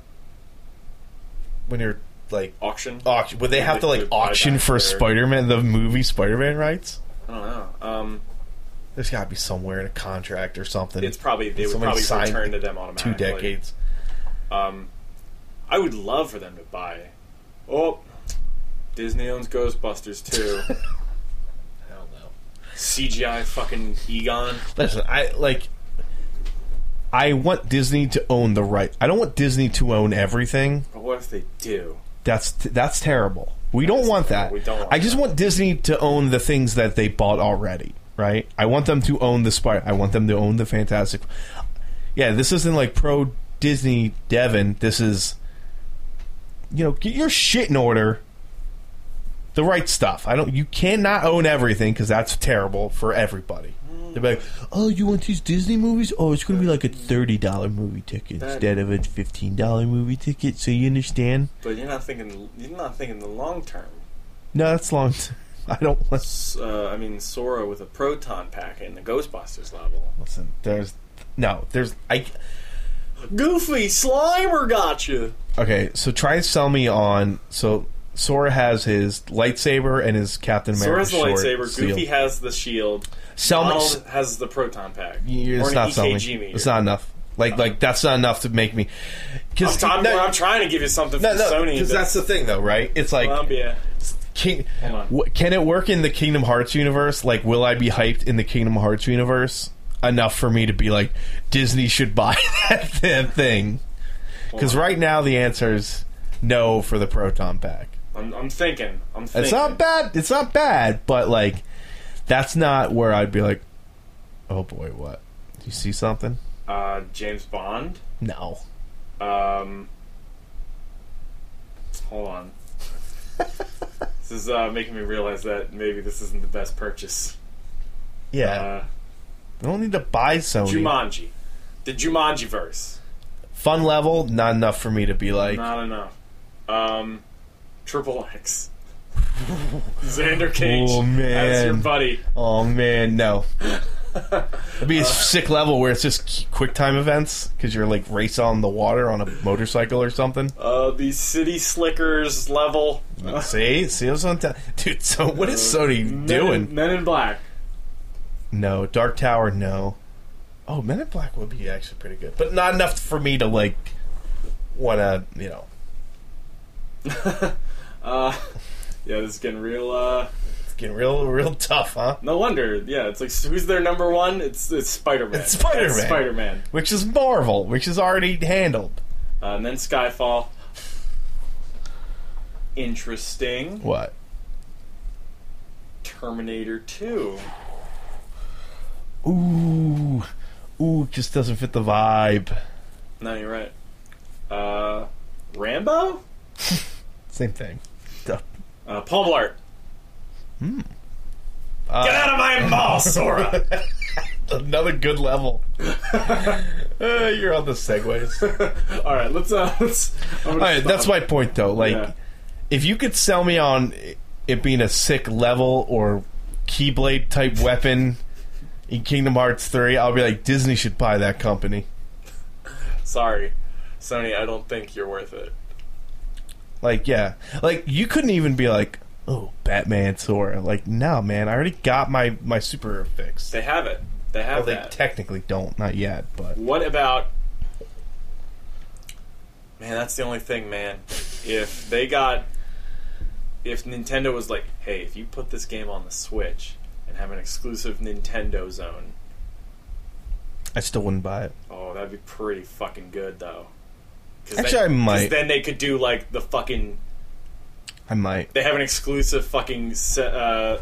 when you're like auction. auction would they have to They like could buy auction back for their- Spider-Man the movie Spider-Man rights? I don't know. Um, There's got to be somewhere in a contract or something. it's probably they would Somebody probably signed return to them automatically. two decades. Um, I would love for them to buy. Oh, Disney owns Ghostbusters [LAUGHS] too. I don't know. CGI fucking Egon. Listen, I like. I want Disney to own the right. I don't want Disney to own everything. But what if they do? That's that's terrible. We don't want that. We don't want I just that. want Disney to own the things that they bought already. Right. I want them to own the Spider. I want them to own the Fantastic. Yeah, this isn't like pro Disney Devon. This is, you know, get your shit in order. The right stuff. I don't. You cannot own everything because that's terrible for everybody. Mm. They're like, oh, you want these Disney movies? Oh, it's going to be like a thirty dollar movie ticket That- instead of a fifteen dollar movie ticket. So you understand? But you're not thinking. You're not thinking the long term. No, that's long. T- I don't want. S- Uh, I mean, Sora with a proton pack in the Ghostbusters level. Listen, there's no, there's I. Goofy Slimer got you. Okay, so try and sell me on. So Sora has his lightsaber and his Captain America Sora's the sword lightsaber. sealed. Goofy has the shield. Sell me. Donald has the proton pack. You're, or it's an not EKG selling. meter. Uh-huh. It's not enough. Like like that's not enough to make me. I'm, Because trying- I'm trying to give you something no, from no, Sony. 'cause that- that's the thing though, right? It's like Columbia. King, Hang on. wh- can it work in the Kingdom Hearts universe? Like, will I be hyped in the Kingdom Hearts universe enough for me to be like, Disney should buy [LAUGHS] that damn thing? Because right now the answer is no for the proton pack. I'm, I'm thinking. I'm thinking. It's not bad. It's not bad, but like, that's not where I'd be like, oh boy, what? Do you see something? Uh, James Bond. No. Um, [LAUGHS] hold on. this is uh, making me realize that maybe this isn't the best purchase. Yeah, Uh, I don't need to buy Sony. Jumanji. The Jumanji verse. Fun level, not enough for me to be like, Not enough. Um, Triple X. [LAUGHS] Xander Cage Oh, as your man. buddy. Oh man, no. It'd be a sick level where it's just quick time events because you're like race on the water on a motorcycle or something. Uh, the City Slickers level. see, see, I was on ta- dude. So what is Sony [LAUGHS] Men, doing? in- Men in Black. No, Dark Tower, no. Oh, Men in Black would be actually pretty good, but not enough for me to like want to, you know. Uh, [LAUGHS] yeah, this is getting real. Uh, It's Getting real, real tough, huh? No wonder. Yeah, it's like who's their number one? It's it's Spider Man. It's Spider-Man. Spider Man. Which is Marvel, which is already handled. Uh, and then Skyfall. Interesting. What? Terminator Two. Ooh, ooh, it just doesn't fit the vibe. No, you're right. Uh, Rambo. Same thing. Duh. Uh, Paul Blart. Hmm. Uh, Get out [LAUGHS] of my mall, Sora. [LAUGHS] Another good level. [LAUGHS] Uh, you're on the segues. All right, let's. Uh, [LAUGHS] let's I'm gonna All right, stop. that's my point, though. Like, Yeah. if you could sell me on i- it being a sick level or Keyblade type weapon in Kingdom Hearts 3, I'll be like, Disney should buy that company. Sorry, Sony. I don't think you're worth it. Like, yeah. Like, you couldn't even be like, oh, Batman Sora. Like, no, man, I already got my, my superhero fix. They have it. They have Well, they that. technically don't, not yet, but. What about? Man, that's the only thing, man. If they got, if Nintendo was like, "Hey, if you put this game on the Switch and have an exclusive Nintendo Zone, I still wouldn't buy it. oh, that'd be pretty fucking good, though." 'Cause Actually, I might. 'cause Then they could do like the fucking. I might. They have an exclusive fucking se- uh,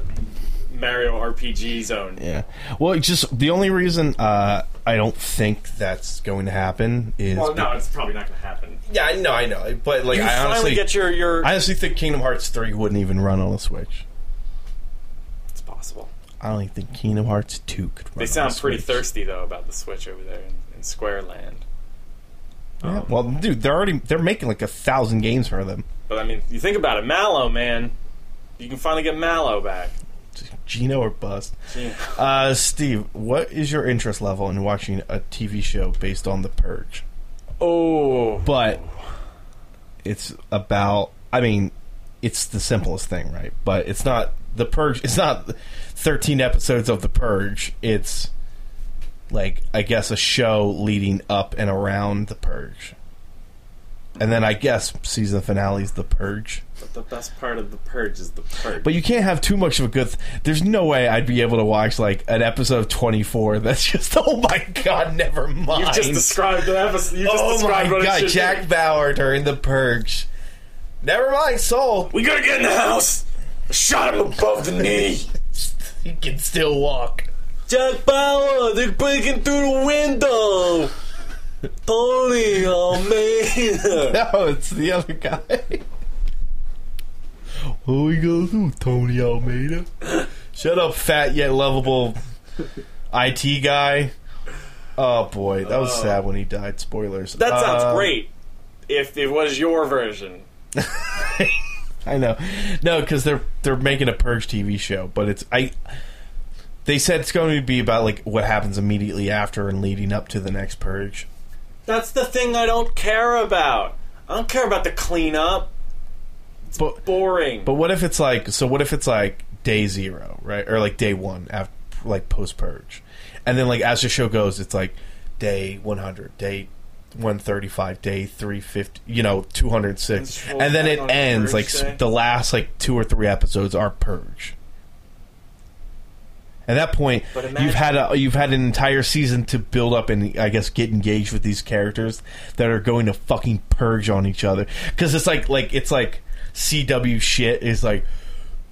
Mario RPG Zone. Yeah. Well, it's just the only reason uh, I don't think that's going to happen is. Well, no, it's probably not gonna happen. Yeah, I know, I know. But, like, You I finally honestly. get your your. I honestly think Kingdom Hearts 3 wouldn't even run on a Switch. it's possible. I don't even think Kingdom Hearts 2 could run They on sound a pretty Switch. thirsty though about the Switch over there in, in Square Land. Um, Yeah, well, dude, they're already they're making like a thousand games for them. But I mean, you think about it, Mallow, man. You can finally get Mallow back. Gino or bust. Gee. Uh, Steve, what is your interest level in watching a TV show based on The Purge? Oh, But it's about, I mean, it's the simplest thing, right? But it's not The Purge. It's not thirteen episodes of The Purge. It's like I guess a show leading up and around The Purge, and then I guess season finale is The Purge. but the best part of the purge is the purge. But you can't have too much of a good. Th- There's no way I'd be able to watch like an episode of 24. That's [LAUGHS] just oh my god, never mind. you just described the episode. You just oh my described what it god, should Jack be. Bauer during the Purge. Never mind, Soul. We gotta get in the house. Shot him above the knee. He can still walk. Jack Bauer, they're breaking through the window. Tony, oh man. No, it's the other guy. what are we gonna do, Tony Almeida? Shut up, fat yet lovable IT guy. Oh boy, that was sad when he died. Spoilers. Uh, That sounds Uh, great. If it was your version, [LAUGHS] I know. No, because they're they're making a purge TV show, but it's I. They said it's going to be about like what happens immediately after and leading up to the next purge. That's the thing I don't care about. I don't care about the cleanup. But Boring. but what if it's like so? What if it's like day zero, right, or like day one after like post purge, and then like as the show goes, it's like day one hundred, day. 135 day 350 you know 206 Control and then back it on ends Purge like s Day. the last like two or three episodes are purge At that point, But imagine- you've had a, you've had an entire season to build up and I guess get engaged with these characters that are going to fucking purge on each other because it's like like it's like CW shit is like,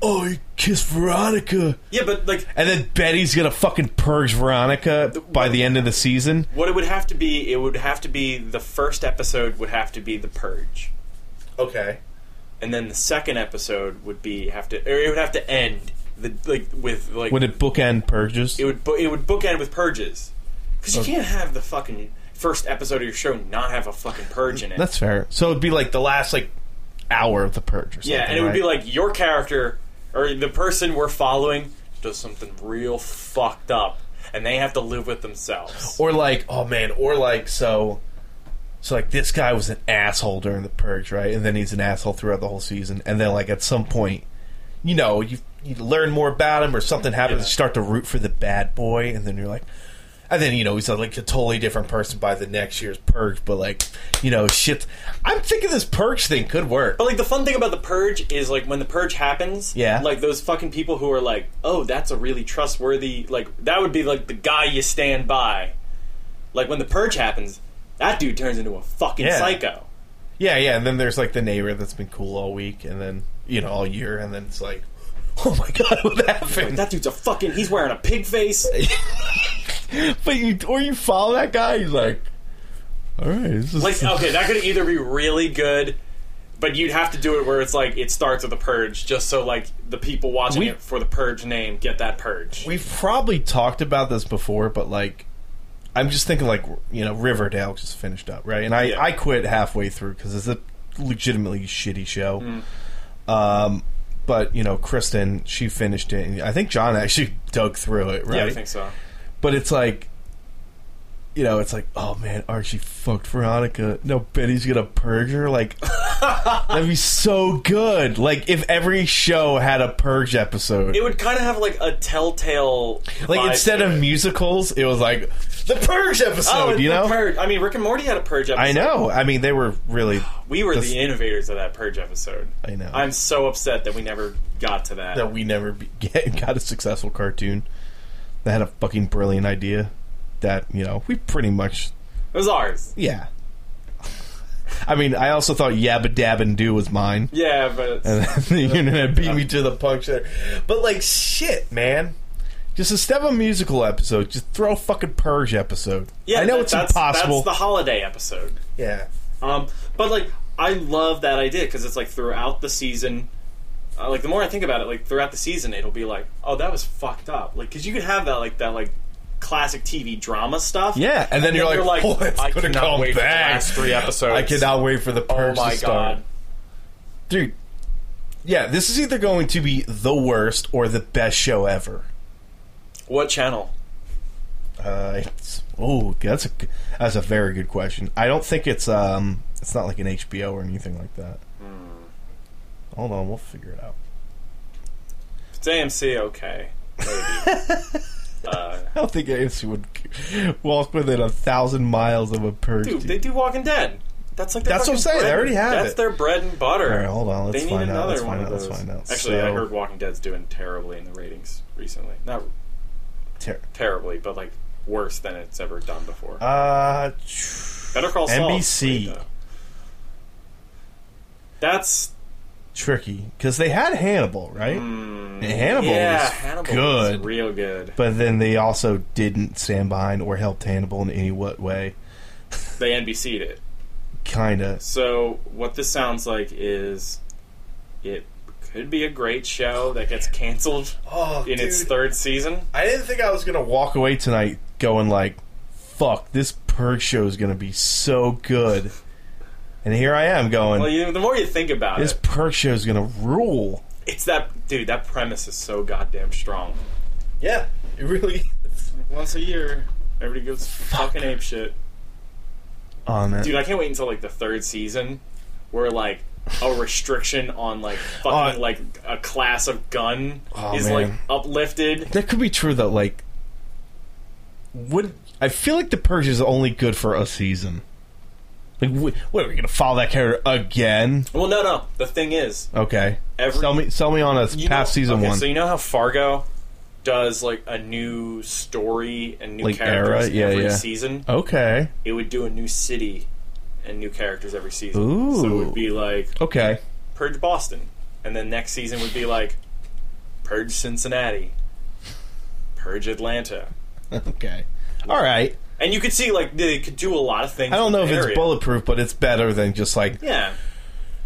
oh, he kissed Veronica, yeah, but like, and then Betty's gonna fucking purge Veronica by the end of the season. what it would have to be, it would have to be the first episode would have to be the purge, Okay, and then the second episode would be have to, or it would have to end the like with like would it bookend purges? it would bu- it would bookend with purges because Oh. you can't have the fucking first episode of your show not have a fucking purge in it. That's fair. So it'd be like the last like hour of the purge or something. Yeah, and it would be right? like your character or the person we're following does something real fucked up, and they have to live with themselves. or like oh man or like so so like this guy was an asshole during the purge right and then he's an asshole throughout the whole season and then like at some point you know you you learn more about him or something happens Yeah. you start to root for the bad boy and then you're like And then you know he's uh, like a totally different person by the next year's purge, but like you know shit. I'm thinking this purge thing could work. But like the fun thing about the purge is like when the purge happens, Yeah. Like those fucking people who are like, oh, that's a really trustworthy. Like that would be like the guy you stand by. Like when the purge happens, that dude turns into a fucking Yeah. psycho. Yeah, yeah. And then there's like the neighbor that's been cool all week, and then you know all year, and then it's like, oh my god, [LAUGHS] what happened? That dude's a fucking. He's wearing a pig face. but you or you follow that guy, he's like, all right, this is Like okay, that could either be really good. But you'd have to do it where it's like it starts with a purge, just so like the people watching We- it for the purge name get that purge. We've probably talked about this before, but like, I'm just thinking like you know Riverdale just finished up, right? And I Yeah. I quit halfway through because it's a legitimately shitty show. Um, but you know Kristen, she finished it, and I think John actually [LAUGHS] dug through it, right? Yeah, I think so. But it's like, you know, it's like, oh man, Archie fucked Veronica. No, Betty's gonna purge her. [LAUGHS] Like, that'd be so good. Like if every show had a purge episode, It would kind of have like a telltale. like vibe instead to of it. musicals, it was like the Purge Oh, episode. it's you the know, Purge. I mean, Rick and Morty had a purge episode. I know. I mean, they were really. We were This- the innovators of that purge episode. I know. I'm so upset that we never got to that. that we never be, [LAUGHS] get, got a successful cartoon that had a fucking brilliant idea. That you know, we pretty much It was ours. yeah. I mean, I also thought Yabba Dab and Do was mine, [LAUGHS] Yeah, but and it's, then the internet beat me to the punch there. But like, shit, man. Just instead of a musical episode, just throw a fucking purge episode. yeah, I know that- it's that's, impossible. That's the holiday episode. yeah, Um, but like, I love that idea because it's like throughout the season. Uh, like the more I think about it, like throughout the season, it'll be like, oh, that was fucked up. Like, because you could have that like that like classic TV drama stuff. Yeah, and then you're like, "Oh, it's I gonna cannot come wait for the back." last three episodes. I cannot wait for the Oh purge my to start. god. dude. Yeah, this is either going to be the worst or the best show ever. What channel? Uh, it's, oh, that's a g- that's a very good question. I don't think it's um, it's not like an HBO or anything like that. Hmm. Hold on, we'll figure it out. [LAUGHS] If It's AMC, okay. [LAUGHS] Maybe. uh, I don't think AMC would g- walk within a thousand miles of a purge. dude, Dude, they do Walking Dead. That's like their That's what I'm fucking saying, they Bread. already have That's it. their bread and butter. All right, hold on, let's they need find out, another let's one find of out, let's those. find out. Actually, I So- heard Walking Dead's doing terribly in the ratings recently. Not terribly, but like worse than it's ever done before. uh, tr- Better Call Saul. is great, NBC. though. That's tricky because they had Hannibal, right? And Hannibal, Hmm. yeah, was Hannibal was good. real good. but then they also didn't stand behind or helped Hannibal in any what way. They NBC'd it. Kind of. So what this sounds like is it could be a great show that gets canceled Oh, in its third season. I didn't think I was gonna walk away tonight going like, "Fuck, this purge show is gonna be so good," and here I am going, Well, you, the more you think about "This it, purge show is gonna rule." it's that dude. That premise is so goddamn strong. Yeah, it really. Once a year, everybody goes fucking ape shit. On it. Dude, I can't wait until like the third season, where like a restriction on like fucking Oh. like a class of gun Oh, is like man. uplifted. that could be true though. Like, would I feel like the purge is only good for a season? Like, wh- what are we gonna follow that character again? Well, no, no. The thing is, Okay. Every- sell me sell me on a you past know- season okay, one. So you know how Fargo does like a new story and new Like characters era? Yeah, every yeah. season. okay. It would do a new city and new characters every season. Ooh. So it would be like Okay. [LAUGHS] Purge Boston, and then next season would be like Purge Cincinnati, Purge Atlanta, Okay. All right. and you could see like they could do a lot of things. I don't in know the if it's area. bulletproof, but it's better than just like Yeah,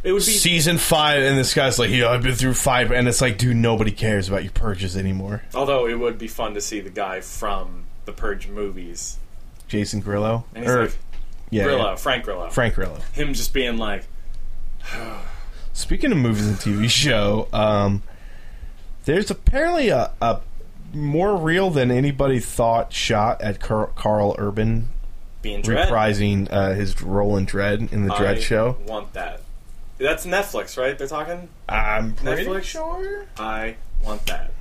it would be. season five. And this guy's like, "Yeah, I've been through five, and it's like, dude, nobody cares about your purges anymore." although it would be fun to see the guy from the Purge movies, Jason Grillo and he's like Er, yeah, Grillo, yeah, Frank Grillo, Frank Grillo. him just being like, Speaking of movies and TV show, um, there's apparently a, a more real than anybody thought shot at Car- Carl Urban being dread. reprising uh, his role in Dread in the Dread I show. Want that? That's Netflix, right? They're talking. I'm pretty Netflix? sure. I want that.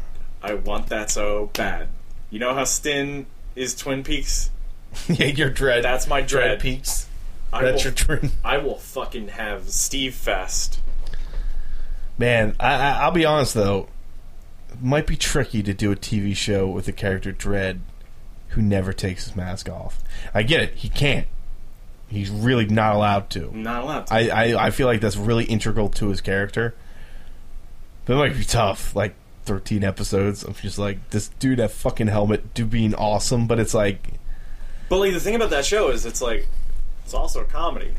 I want that so bad. You know how Stin is Twin Peaks. [LAUGHS] yeah, your dread. That's my dread dread. peaks. I That's will, your dream. I will fucking have Steve Fest. Man, I, I, I'll be honest though, it might be tricky to do a TV show with the character Dread, who never takes his mask off. I get it; he can't. He's really not allowed to. I'm not allowed to. I, I, I feel like that's really integral to his character. But it might be tough. Like thirteen episodes of just like this dude that fucking helmet, dude being awesome. But it's like, but like the thing about that show is it's like it's also a comedy.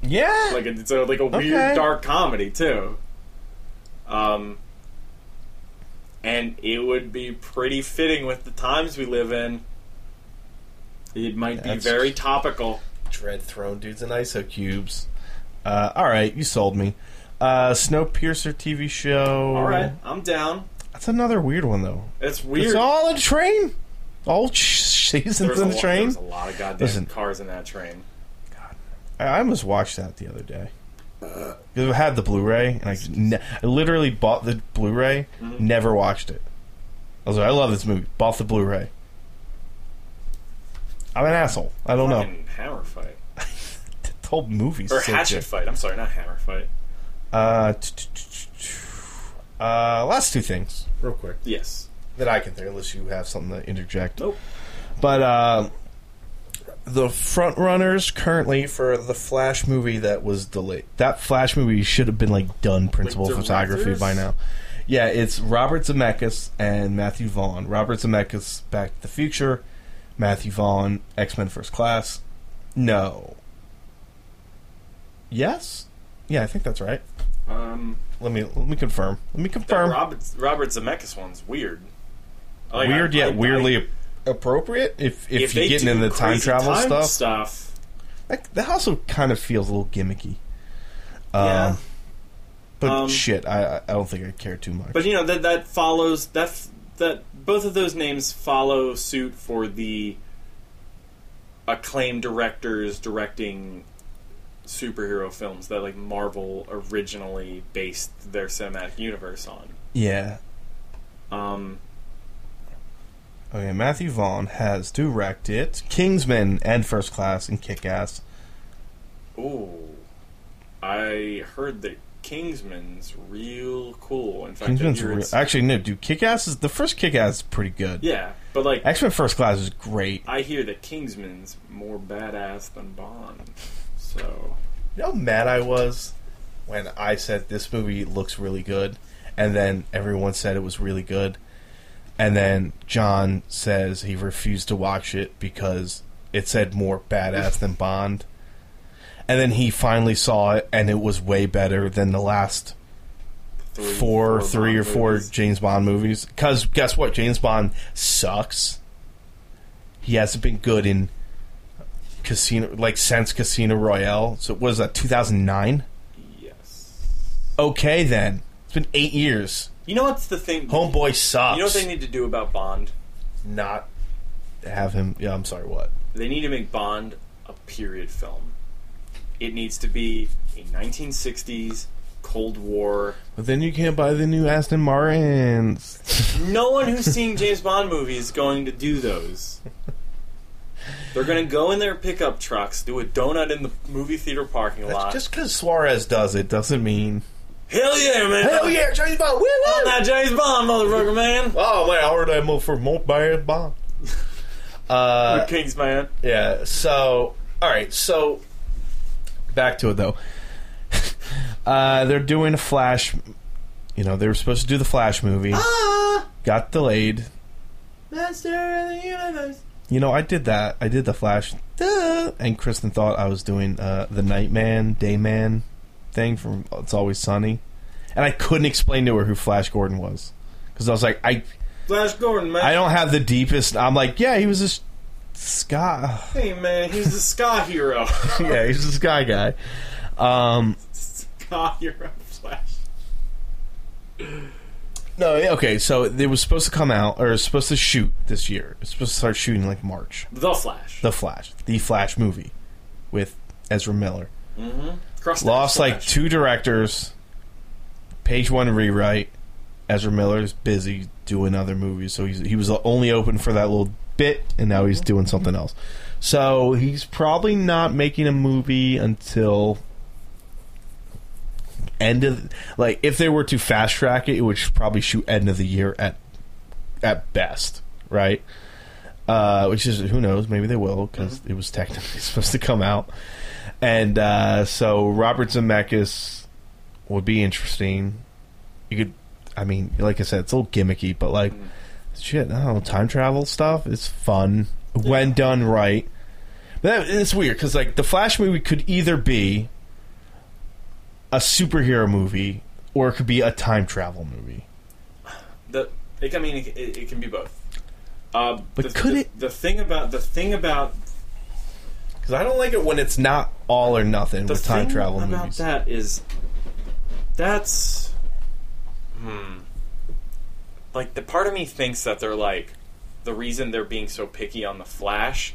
yeah, Like it's a, like a weird Okay. dark comedy too. Um and it would be pretty fitting with the times we live in. It might be That's- very topical. Dread Throne dudes and ISO cubes. Uh, all right, you sold me. Uh, Snowpiercer TV show. All right, I'm down. that's another weird one though. It's weird. It's all a train. All sh- There was seasons a in the lo- there train. was a lot of goddamn Listen. cars in that train. I I almost watched that the other day. 'Cause I had the Blu-ray, and I, just ne- I literally bought the Blu-ray, Mm-hmm. never watched it. I was like, I love this movie. Bought the Blu-ray. I'm an asshole. I don't know. Fucking hammer fight The whole movie's or so hatchet good. fight. I'm sorry, not hammer fight. Uh, t- t- t- t- uh, last two things, real quick, Yes. that I can think, unless you have something to interject. Nope. But uh, the front runners currently for the Flash movie that was delayed. That Flash movie should have been like done principal Like, photography by now. directors? Yeah, it's Robert Zemeckis and Matthew Vaughn. Robert Zemeckis, Back to the Future. Matthew Vaughn, X Men First Class. No. Yes. Yeah, I think that's right. Um, Let me let me confirm. Let me that confirm. Robert, Robert Zemeckis one's weird. Oh, Like, Weird I- yet I- weirdly I- appropriate. If if, if you're they getting do into the time crazy travel time stuff, stuff That, that also kind of feels a little gimmicky. Um, Yeah. But Um, shit, I I don't think I care too much. But you know that that follows that f- that both of those names follow suit for the acclaimed directors directing superhero films that like Marvel originally based their cinematic universe on. yeah. Um, Okay, Oh, Matthew Vaughn has directed Kingsman and First Class and Kick Ass. ooh, I heard that Kingsman's real cool. In fact, I Kingsman's hear re- it's- actually no, dude. Kick Ass is the first Kick Ass is pretty good. yeah, but like X Men First Class is great. I hear that Kingsman's more badass than Bond. So You know how mad I was when I said this movie looks really good, and then everyone said it was really good, and then John says he refused to watch it because it said more badass than Bond, and then he finally saw it and it was way better than the last three, four, three Bond or four movies. James Bond movies. Because guess what, James Bond sucks. He hasn't been good in Casino, like since Casino Royale. So what was that 2009? Yes. Okay, then it's been eight years. You know what's the thing? Homeboy sucks. You know what they need to do about Bond? not have him. Yeah, I'm sorry. What? They need to make Bond a period film. It needs to be a 1960s Cold War. But then you can't buy the new Aston Martins. No [LAUGHS] one who's seeing James Bond movies is going to do those. They're going to go in their pickup trucks, do a donut in the movie theater parking lot. Just because Suarez does it doesn't mean. Hell yeah, man! Hell yeah, James Bond! Woo woo! I'm not James Bond, motherfucker, man! Oh man, I heard that move for more bad [LAUGHS] Bond. Uh, Kings, man. Yeah. So, all right. So, back to it though. [LAUGHS] uh, they're doing a Flash. You know, they were supposed to do the Flash movie. Got delayed. Ah! Master of the universe. You know, I did that. I did the Flash. Duh. And Kristen thought I was doing uh, the Nightman, Dayman thing from It's Always Sunny. And I couldn't explain to her who Flash Gordon was. Because I was like, I, Flash Gordon, man. I don't have the deepest. I'm like, yeah, he was this Scott. Hey, man, he's the ska hero. [LAUGHS] [LAUGHS] yeah, he's this guy guy. Um, ska hero Flash. No, okay, so it was supposed to come out, or it was supposed to shoot this year. It's supposed to start shooting like March. The Flash. The Flash, the Flash movie, with Ezra Miller. Cross Lost Flash. like two directors. Page one rewrite. Ezra Miller's busy doing other movies, so he's, he was only open for that little bit, and now he's doing something else. So he's probably not making a movie until end of like if they were to fast track it, it would probably shoot end of the year at at best, right? Uh, which is who knows, maybe they will because it was technically [LAUGHS] supposed to come out. And uh, so Robert Zemeckis would be interesting. You could, I mean, like I said, it's a little gimmicky, but like, Mm-hmm. shit, I don't know, time travel stuff is fun when done right. But that, it's weird because like the Flash movie could either be a superhero movie or it could be a time travel movie. the it, I mean it, it, it can be both. Uh, But the, could the, it- The thing about the thing about Because I don't like it when it's not all or nothing the with time thing travel about movies. that is that's hmm. Like the part of me thinks that they're like the reason they're being so picky on the Flash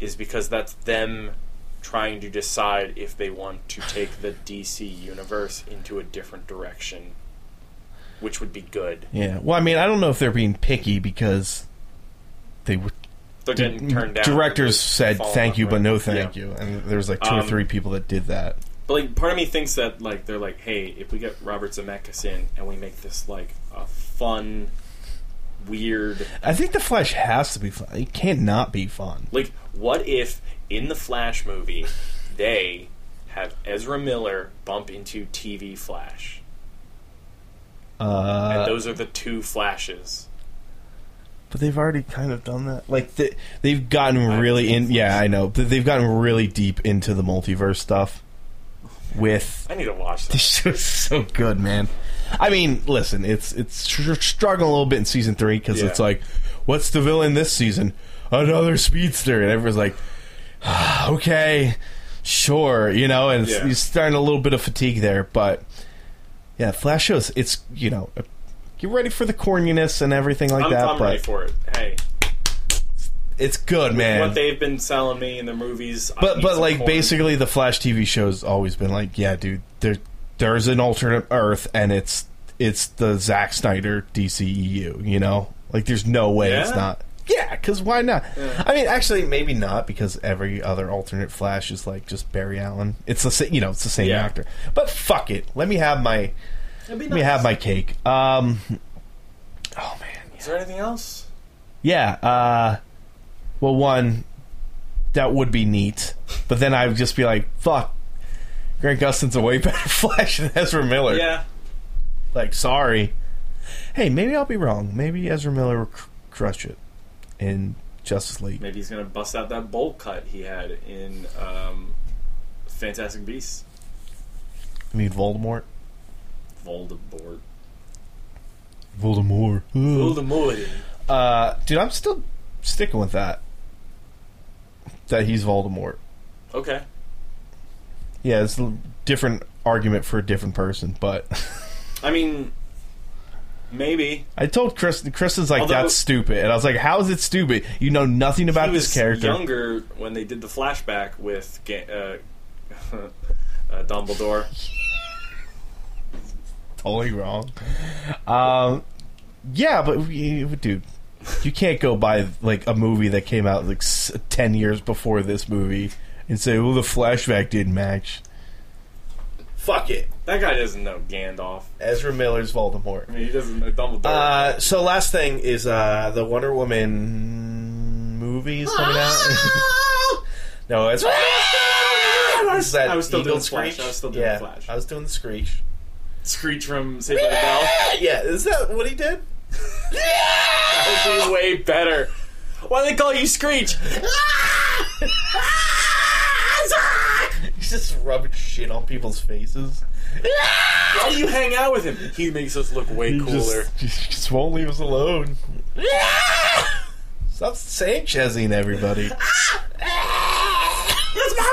is because that's them trying to decide if they want to take the DC universe into a different direction, which would be good. Yeah. Well, I mean, I don't know if they're being picky because they were They're getting turned down. directors because said falling thank off, you but right? no thank Yeah. you, and there was like two or Um, three people that did that. But like, part of me thinks that like they're like, hey, if we get Robert Zemeckis in and we make this like a fun, weird, I think the Flash has to be fun. It can't not be fun. like, what if in the Flash movie they have Ezra Miller bump into TV Flash, and Uh, those are the two Flashes. but they've already kind of done that. Like the, they've gotten I really think in. Yeah, I know. But they've gotten really deep into the multiverse stuff with I need to watch [LAUGHS] that. This show's so good, man. I mean, listen, it's it's tr- struggling a little bit in season three because Yeah. it's like, what's the villain this season? Another speedster, and everyone's like, [SIGHS] "Ah, okay, sure, you know, and it's, Yeah. you're starting a little bit of fatigue there, but yeah, Flash shows it's you know, get ready for the corniness and everything like I'm, that, I'm but ready for it. Hey, it's good, man. what they've been selling me in the movies, I But need but some like corn. basically the Flash TV show's always been like, yeah, dude, there there's an alternate Earth and it's it's the Zack Snyder DCEU, you know? Like there's no way it's Yeah? not. Yeah, cuz why not? Yeah. I mean, actually maybe not because every other alternate Flash is like just Barry Allen. It's the sa- you know, it's the same Yeah. actor. But fuck it. Let me have my That'd be let me nice. have my cake. Um Oh man. Is there anything else? Yeah. Uh, well, one, that would be neat. But then I would just be like, fuck, Grant Gustin's a way [LAUGHS] better Flash than Ezra Miller. Yeah. Like, sorry. Hey, maybe I'll be wrong. Maybe Ezra Miller will cr- crush it in Justice League. Maybe he's gonna bust out that bowl cut he had in um, Fantastic Beasts. I mean, Voldemort. Voldemort. Voldemort. Ugh. Voldemort. Uh, dude, I'm still sticking with that. That he's Voldemort. Okay. Yeah, it's a different argument for a different person, but I mean, maybe I told Chris, Chris is like, Although- that's stupid. And I was like, how is it stupid? You know nothing about he was this character. younger when they did the flashback with Ga- uh, [LAUGHS] uh, Dumbledore. Totally wrong. Um, yeah, but we- dude, you can't go by like a movie that came out like s- 10 years before this movie and say, well, the flashback didn't match. Fuck it. That guy doesn't know Gandalf. Ezra Miller's Voldemort. I mean, he doesn't know Dumbledore. Uh, so last thing is uh, the Wonder Woman movies coming [LAUGHS] out. no, it's I was, I was still doing Flash, I was still doing yeah, Flash. I was doing the screech. Screech from Saved by the Bell. Yeah, is that what he did? That would be way better. Why do they call you Screech? [LAUGHS] He's just rubbing shit on people's faces. Why do you hang out with him? He makes us look way He cooler. Just, just, just won't leave us alone. Stop Sanchezing [LAUGHS] everybody. it's my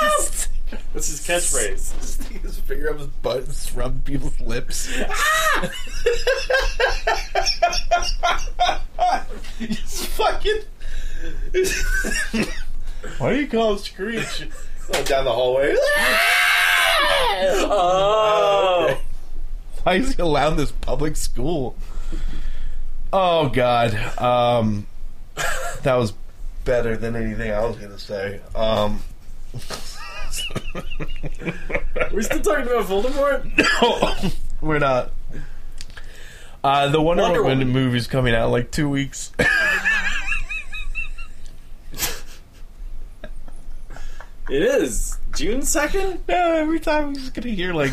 fist. That's his catchphrase. Stick [LAUGHS] his finger up his butt and just rub people's lips. Just fucking. [LAUGHS] Why do you call it screech? [LAUGHS] Going down the hallway. Oh, okay. Why is he allowing this public school? Oh God, um, that was better than anything I was gonna say. Um, [LAUGHS] We're still talking about Voldemort. [LAUGHS] we're not. Uh, the Wonder, Wonder Woman, Woman. movie's coming out in like two weeks. [LAUGHS] It is June second. no, every time I'm just gonna hear like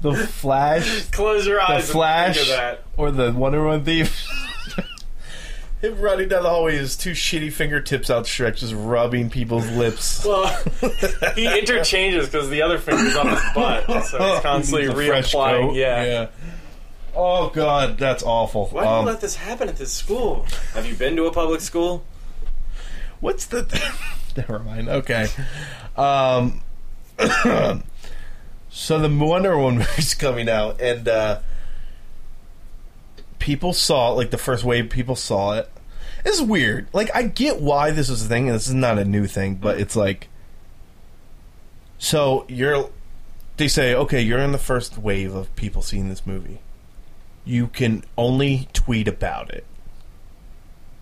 the Flash, Close your the eyes. And Flash, think of that. or the Wonder Woman theme. [LAUGHS] Him running down the hallway, his two shitty fingertips outstretched, just rubbing people's lips. [LAUGHS] Well, he interchanges because the other finger's on his butt, [LAUGHS] so he's constantly Needs a fresh reapplying. coat. Yeah. Oh God, that's awful. Why do Um, you let this happen at this school? Have you been to a public school? What's the? [LAUGHS] Never mind. Okay. Um. [COUGHS] so the Wonder Woman [LAUGHS] movie's coming out, and uh, people saw it. Like the first wave, people saw it. It's weird. Like I get why this is a thing, and this is not a new thing, but it's like. So you're, they say, okay, you're in the first wave of people seeing this movie. You can only tweet about it.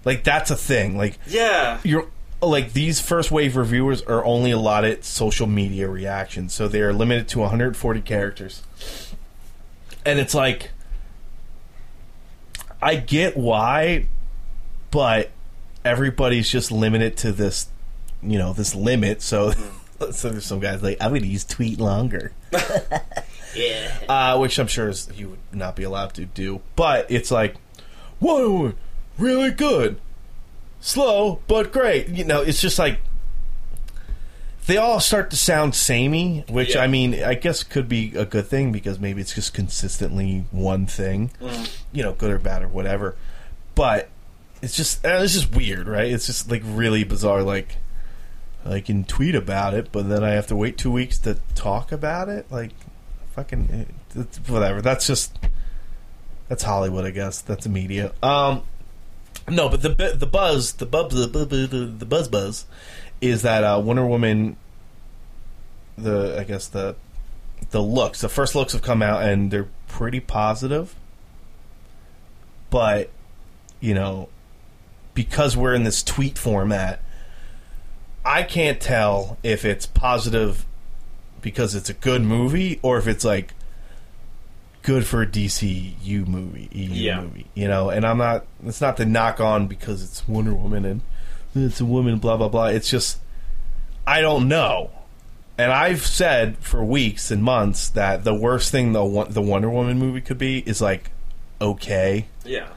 Like that's a thing. Like Yeah. you're like these first wave reviewers are only allotted social media reactions, so they are limited to 140 characters. And it's like I get why, but everybody's just limited to this, you know, this limit. So, [LAUGHS] so there's some guys like I'm going to use tweet longer, Yeah. uh, which I'm sure is you would not be allowed to do. But it's like, whoa, really good, slow but great. You know, it's just like they all start to sound samey, which Yeah. I mean, I guess could be a good thing because maybe it's just consistently one thing, you know, good or bad or whatever. But it's just uh, it's just weird, right? It's just like really bizarre. Like I can tweet about it, but then I have to wait two weeks to talk about it. Like fucking it, it's- whatever. That's just that's Hollywood, I guess. That's the media. Um, no, but the bu- the buzz, the bub, the bu- bu- bu- the buzz buzz, is that uh, Wonder Woman. The I guess the the looks, the first looks have come out, and they're pretty positive. But you know, because we're in this tweet format, I can't tell if it's positive because it's a good movie or if it's like good for a DCU movie, EU Yeah. movie, you know. And I'm not. It's not the knock on because it's Wonder Woman and it's a woman, blah blah blah. It's just I don't know. And I've said for weeks and months that the worst thing the Won- the Wonder Woman movie could be is like okay. Yeah.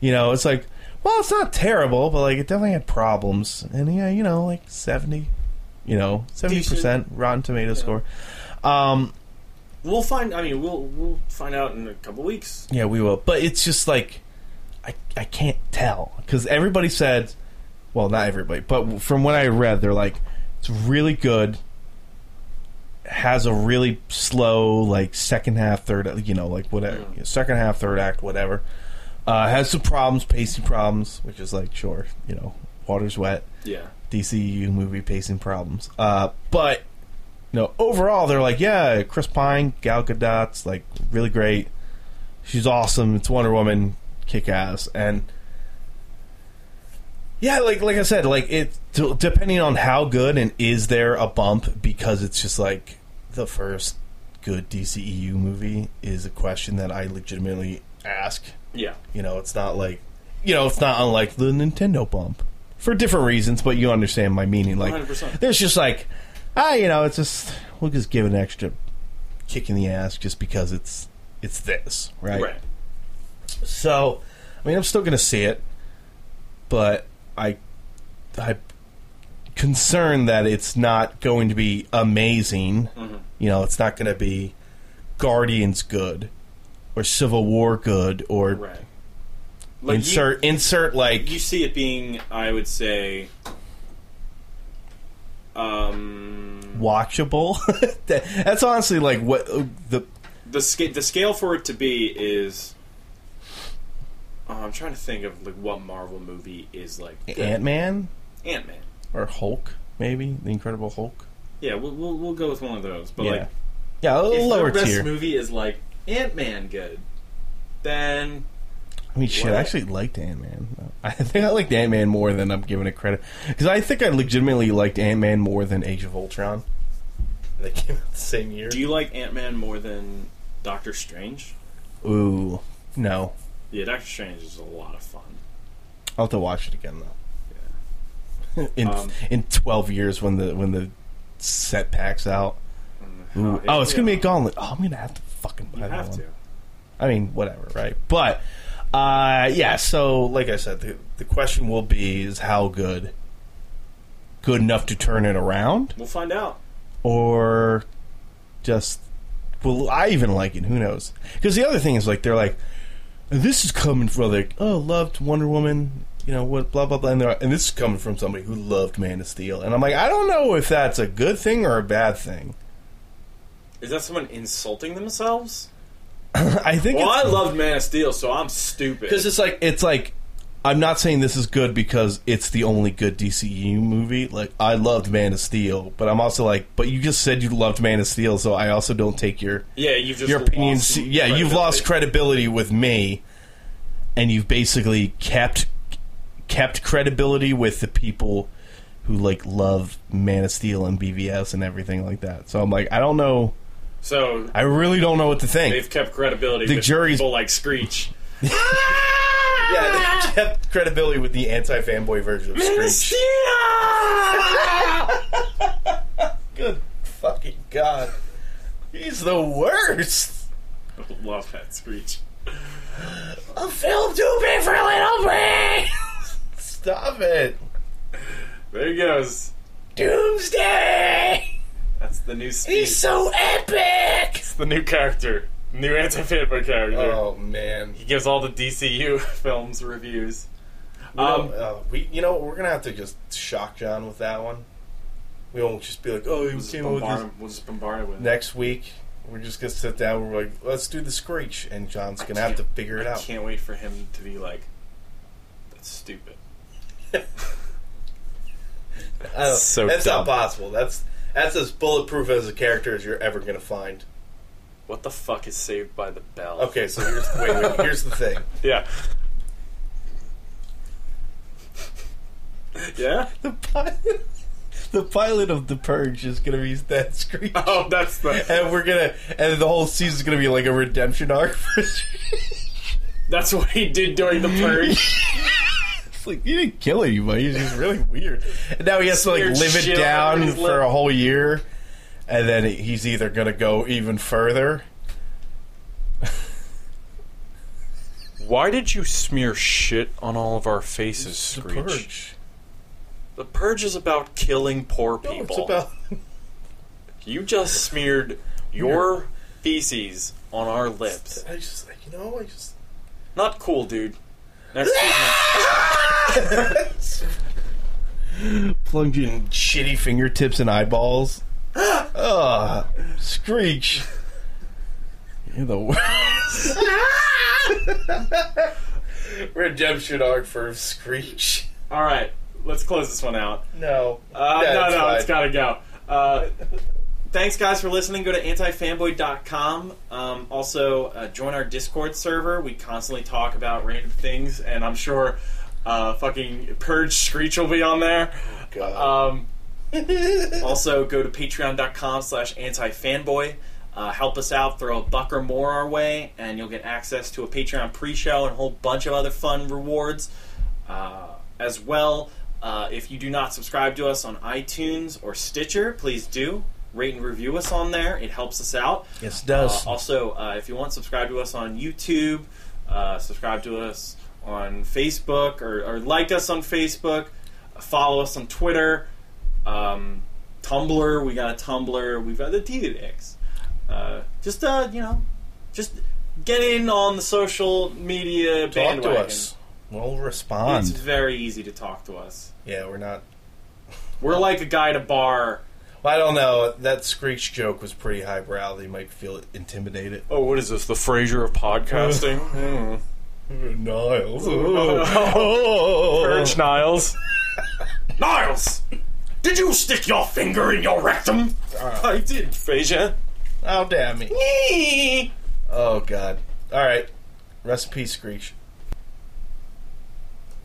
You know, it's like, well, it's not terrible, but like it definitely had problems. And yeah, you know, like seventy, you know, seventy percent Rotten Tomato score. Um, We'll find. I mean, we'll we'll find out in a couple weeks. yeah, we will. But it's just like, I I can't tell because everybody said, well, not everybody, but from what I read, they're like, it's really good. Has a really slow like second half, third, you know, like whatever second half, third act, whatever. Uh, has some problems, pacing problems, which is like sure, you know, water's wet. Yeah. DCU movie pacing problems. Uh, but you know, overall, they're like, yeah, Chris Pine, Gal Gadot's like really great. She's awesome. It's Wonder Woman, kick ass, and yeah, like like I said, like it d- depending on how good and is there a bump because it's just like the first good DCEU movie is a question that I legitimately ask Yeah. you know, it's not like, you know, it's not unlike the Nintendo bump for different reasons, but you understand my meaning. Like, 100%. there's just like, ah, you know, it's just we'll just give an extra kick in the ass just because it's it's this, right? Right. So, I mean, I'm still gonna see it, but I, I concerned that it's not going to be amazing. You know, it's not going to be Guardians good or Civil War good or Right. Like you- insert insert like You see it being, I would say, um, watchable. [LAUGHS] That- That's honestly like what uh, the the sca- the scale for it to be is. Oh, I'm trying to think of like what Marvel movie is like Ant Man Ant Man. or Hulk maybe the Incredible Hulk. Yeah, we'll, we'll we'll go with one of those. But yeah, like, yeah, a if lower their best tier. movie is like Ant Man good, then I mean, shit, What? I actually liked Ant Man. [LAUGHS] I think I liked Ant Man more than I'm giving it credit because I think I legitimately liked Ant Man more than Age of Ultron. They came out the same year. do you like Ant Man more than Doctor Strange? Ooh, no, Yeah, Doctor Strange is a lot of fun. I'll have to watch it again though. in Um, in twelve years when the when the set packs out. Ooh. How- Oh, it's gonna be a yeah. gauntlet. Oh, I'm gonna have to fucking buy You that have one. to. I mean, whatever, right? But uh, yeah, so like I said, the the question will be is how good, good enough to turn it around, We'll find out. or just will I even like it? Who knows? Because the other thing is like they're like, this is coming from like oh loved Wonder Woman. You know what? Blah blah blah, and, they're- and this is coming from somebody who loved Man of Steel, and I'm like, I don't know if that's a good thing or a bad thing. [CLEARS THROAT] Is that someone insulting themselves? I think Well, it's- I loved Man of Steel, so I'm stupid. Because it's like it's like I'm not saying this is good because it's the only good DCU movie. Like I loved Man of Steel, but I'm also like, but you just said you loved Man of Steel, so I also don't take your yeah, you've just your opinion. lost se- yeah, you've lost credibility. credibility with me, and you've basically kept kept credibility with the people who like love Man of Steel and BVS and everything like that. So I'm like, I don't know. So I really don't know what to think. they've kept credibility. The with jury's- people like Screech. yeah, they kept credibility with the anti fanboy version of Screech. Good fucking god. He's the worst. Love that Screech. A film too big for little brains. Stop it. There he goes. Doomsday. That's the new Steve. so epic. the new character. New anti-fanboy character. Oh man. He gives all the DCU [LAUGHS] films reviews. You know, Um, uh, we, you know, we're gonna have to just shock John with that one. We won't just be like, oh, you We'll just came up with this bombard, we'll just bombard it with it. next week. We're just gonna sit down. We're like, let's do the screech, and John's gonna have to figure it I out. can't wait for him to be like, that's stupid. I don't- So that's dumb. not possible. That's that's as bulletproof as a character as you're ever gonna find. What the fuck is Saved by the Bell? Okay, so here's wait, wait, here's the thing. Yeah. yeah? [LAUGHS] The pilot, the pilot of the Purge is gonna be that screech, Oh, that's the. and we're gonna and the whole season's gonna be like a redemption arc. [LAUGHS] For That's what he did during the purge. It's like he didn't kill anybody. He's just really weird. And now he has to like Smeared live it shit on down his for lip. a whole year, and then he's either gonna go even further. Why did you smear shit on all of our faces, Screech? The purge is about killing poor people. Oh, It's about [LAUGHS] You just smeared your feces on our lips. I just like you know I just Not cool, dude. [LAUGHS] Next season. plunged in shitty fingertips and eyeballs. [GASPS] Ugh. Screech. You're the worst. [LAUGHS] Redemption arc for Screech. All right, let's close this one out. No. Uh, Yeah, no, it's no, fine. it's gotta go. Uh, thanks, guys, for listening. Go to antifanboy.com. Um, also, uh, join our Discord server. We constantly talk about random things, and I'm sure uh, fucking Purge Screech will be on there. God. Um, also, go to patreon.com slash antifanboy. Uh, help us out, throw a buck or more our way, and you'll get access to a Patreon pre-show and a whole bunch of other fun rewards. Uh, as well, uh, if you do not subscribe to us on iTunes or Stitcher, please do. Rate and review us on there. It helps us out. yes, it does. Uh, also, uh, if you want, subscribe to us on YouTube, uh, subscribe to us on Facebook, or, or like us on Facebook, follow us on Twitter, um, Tumblr. We got a Tumblr. We've got the TDX. Uh, just, uh, you know, just get in on the social media Talk bandwagon. to us. We'll respond. It's very easy to talk to us. yeah, we're not. We're like a guy at a bar. Well, I don't know. That Screech joke was pretty highbrow. They might feel intimidated. Oh, what is this? The Frasier of Uh, podcasting? [LAUGHS] Niles. Urge [LAUGHS] Niles. Niles! oh. Did you stick your finger in your rectum? Oh, I did, Frasier. How dare me? Oh God! All right, rest in peace, Screech.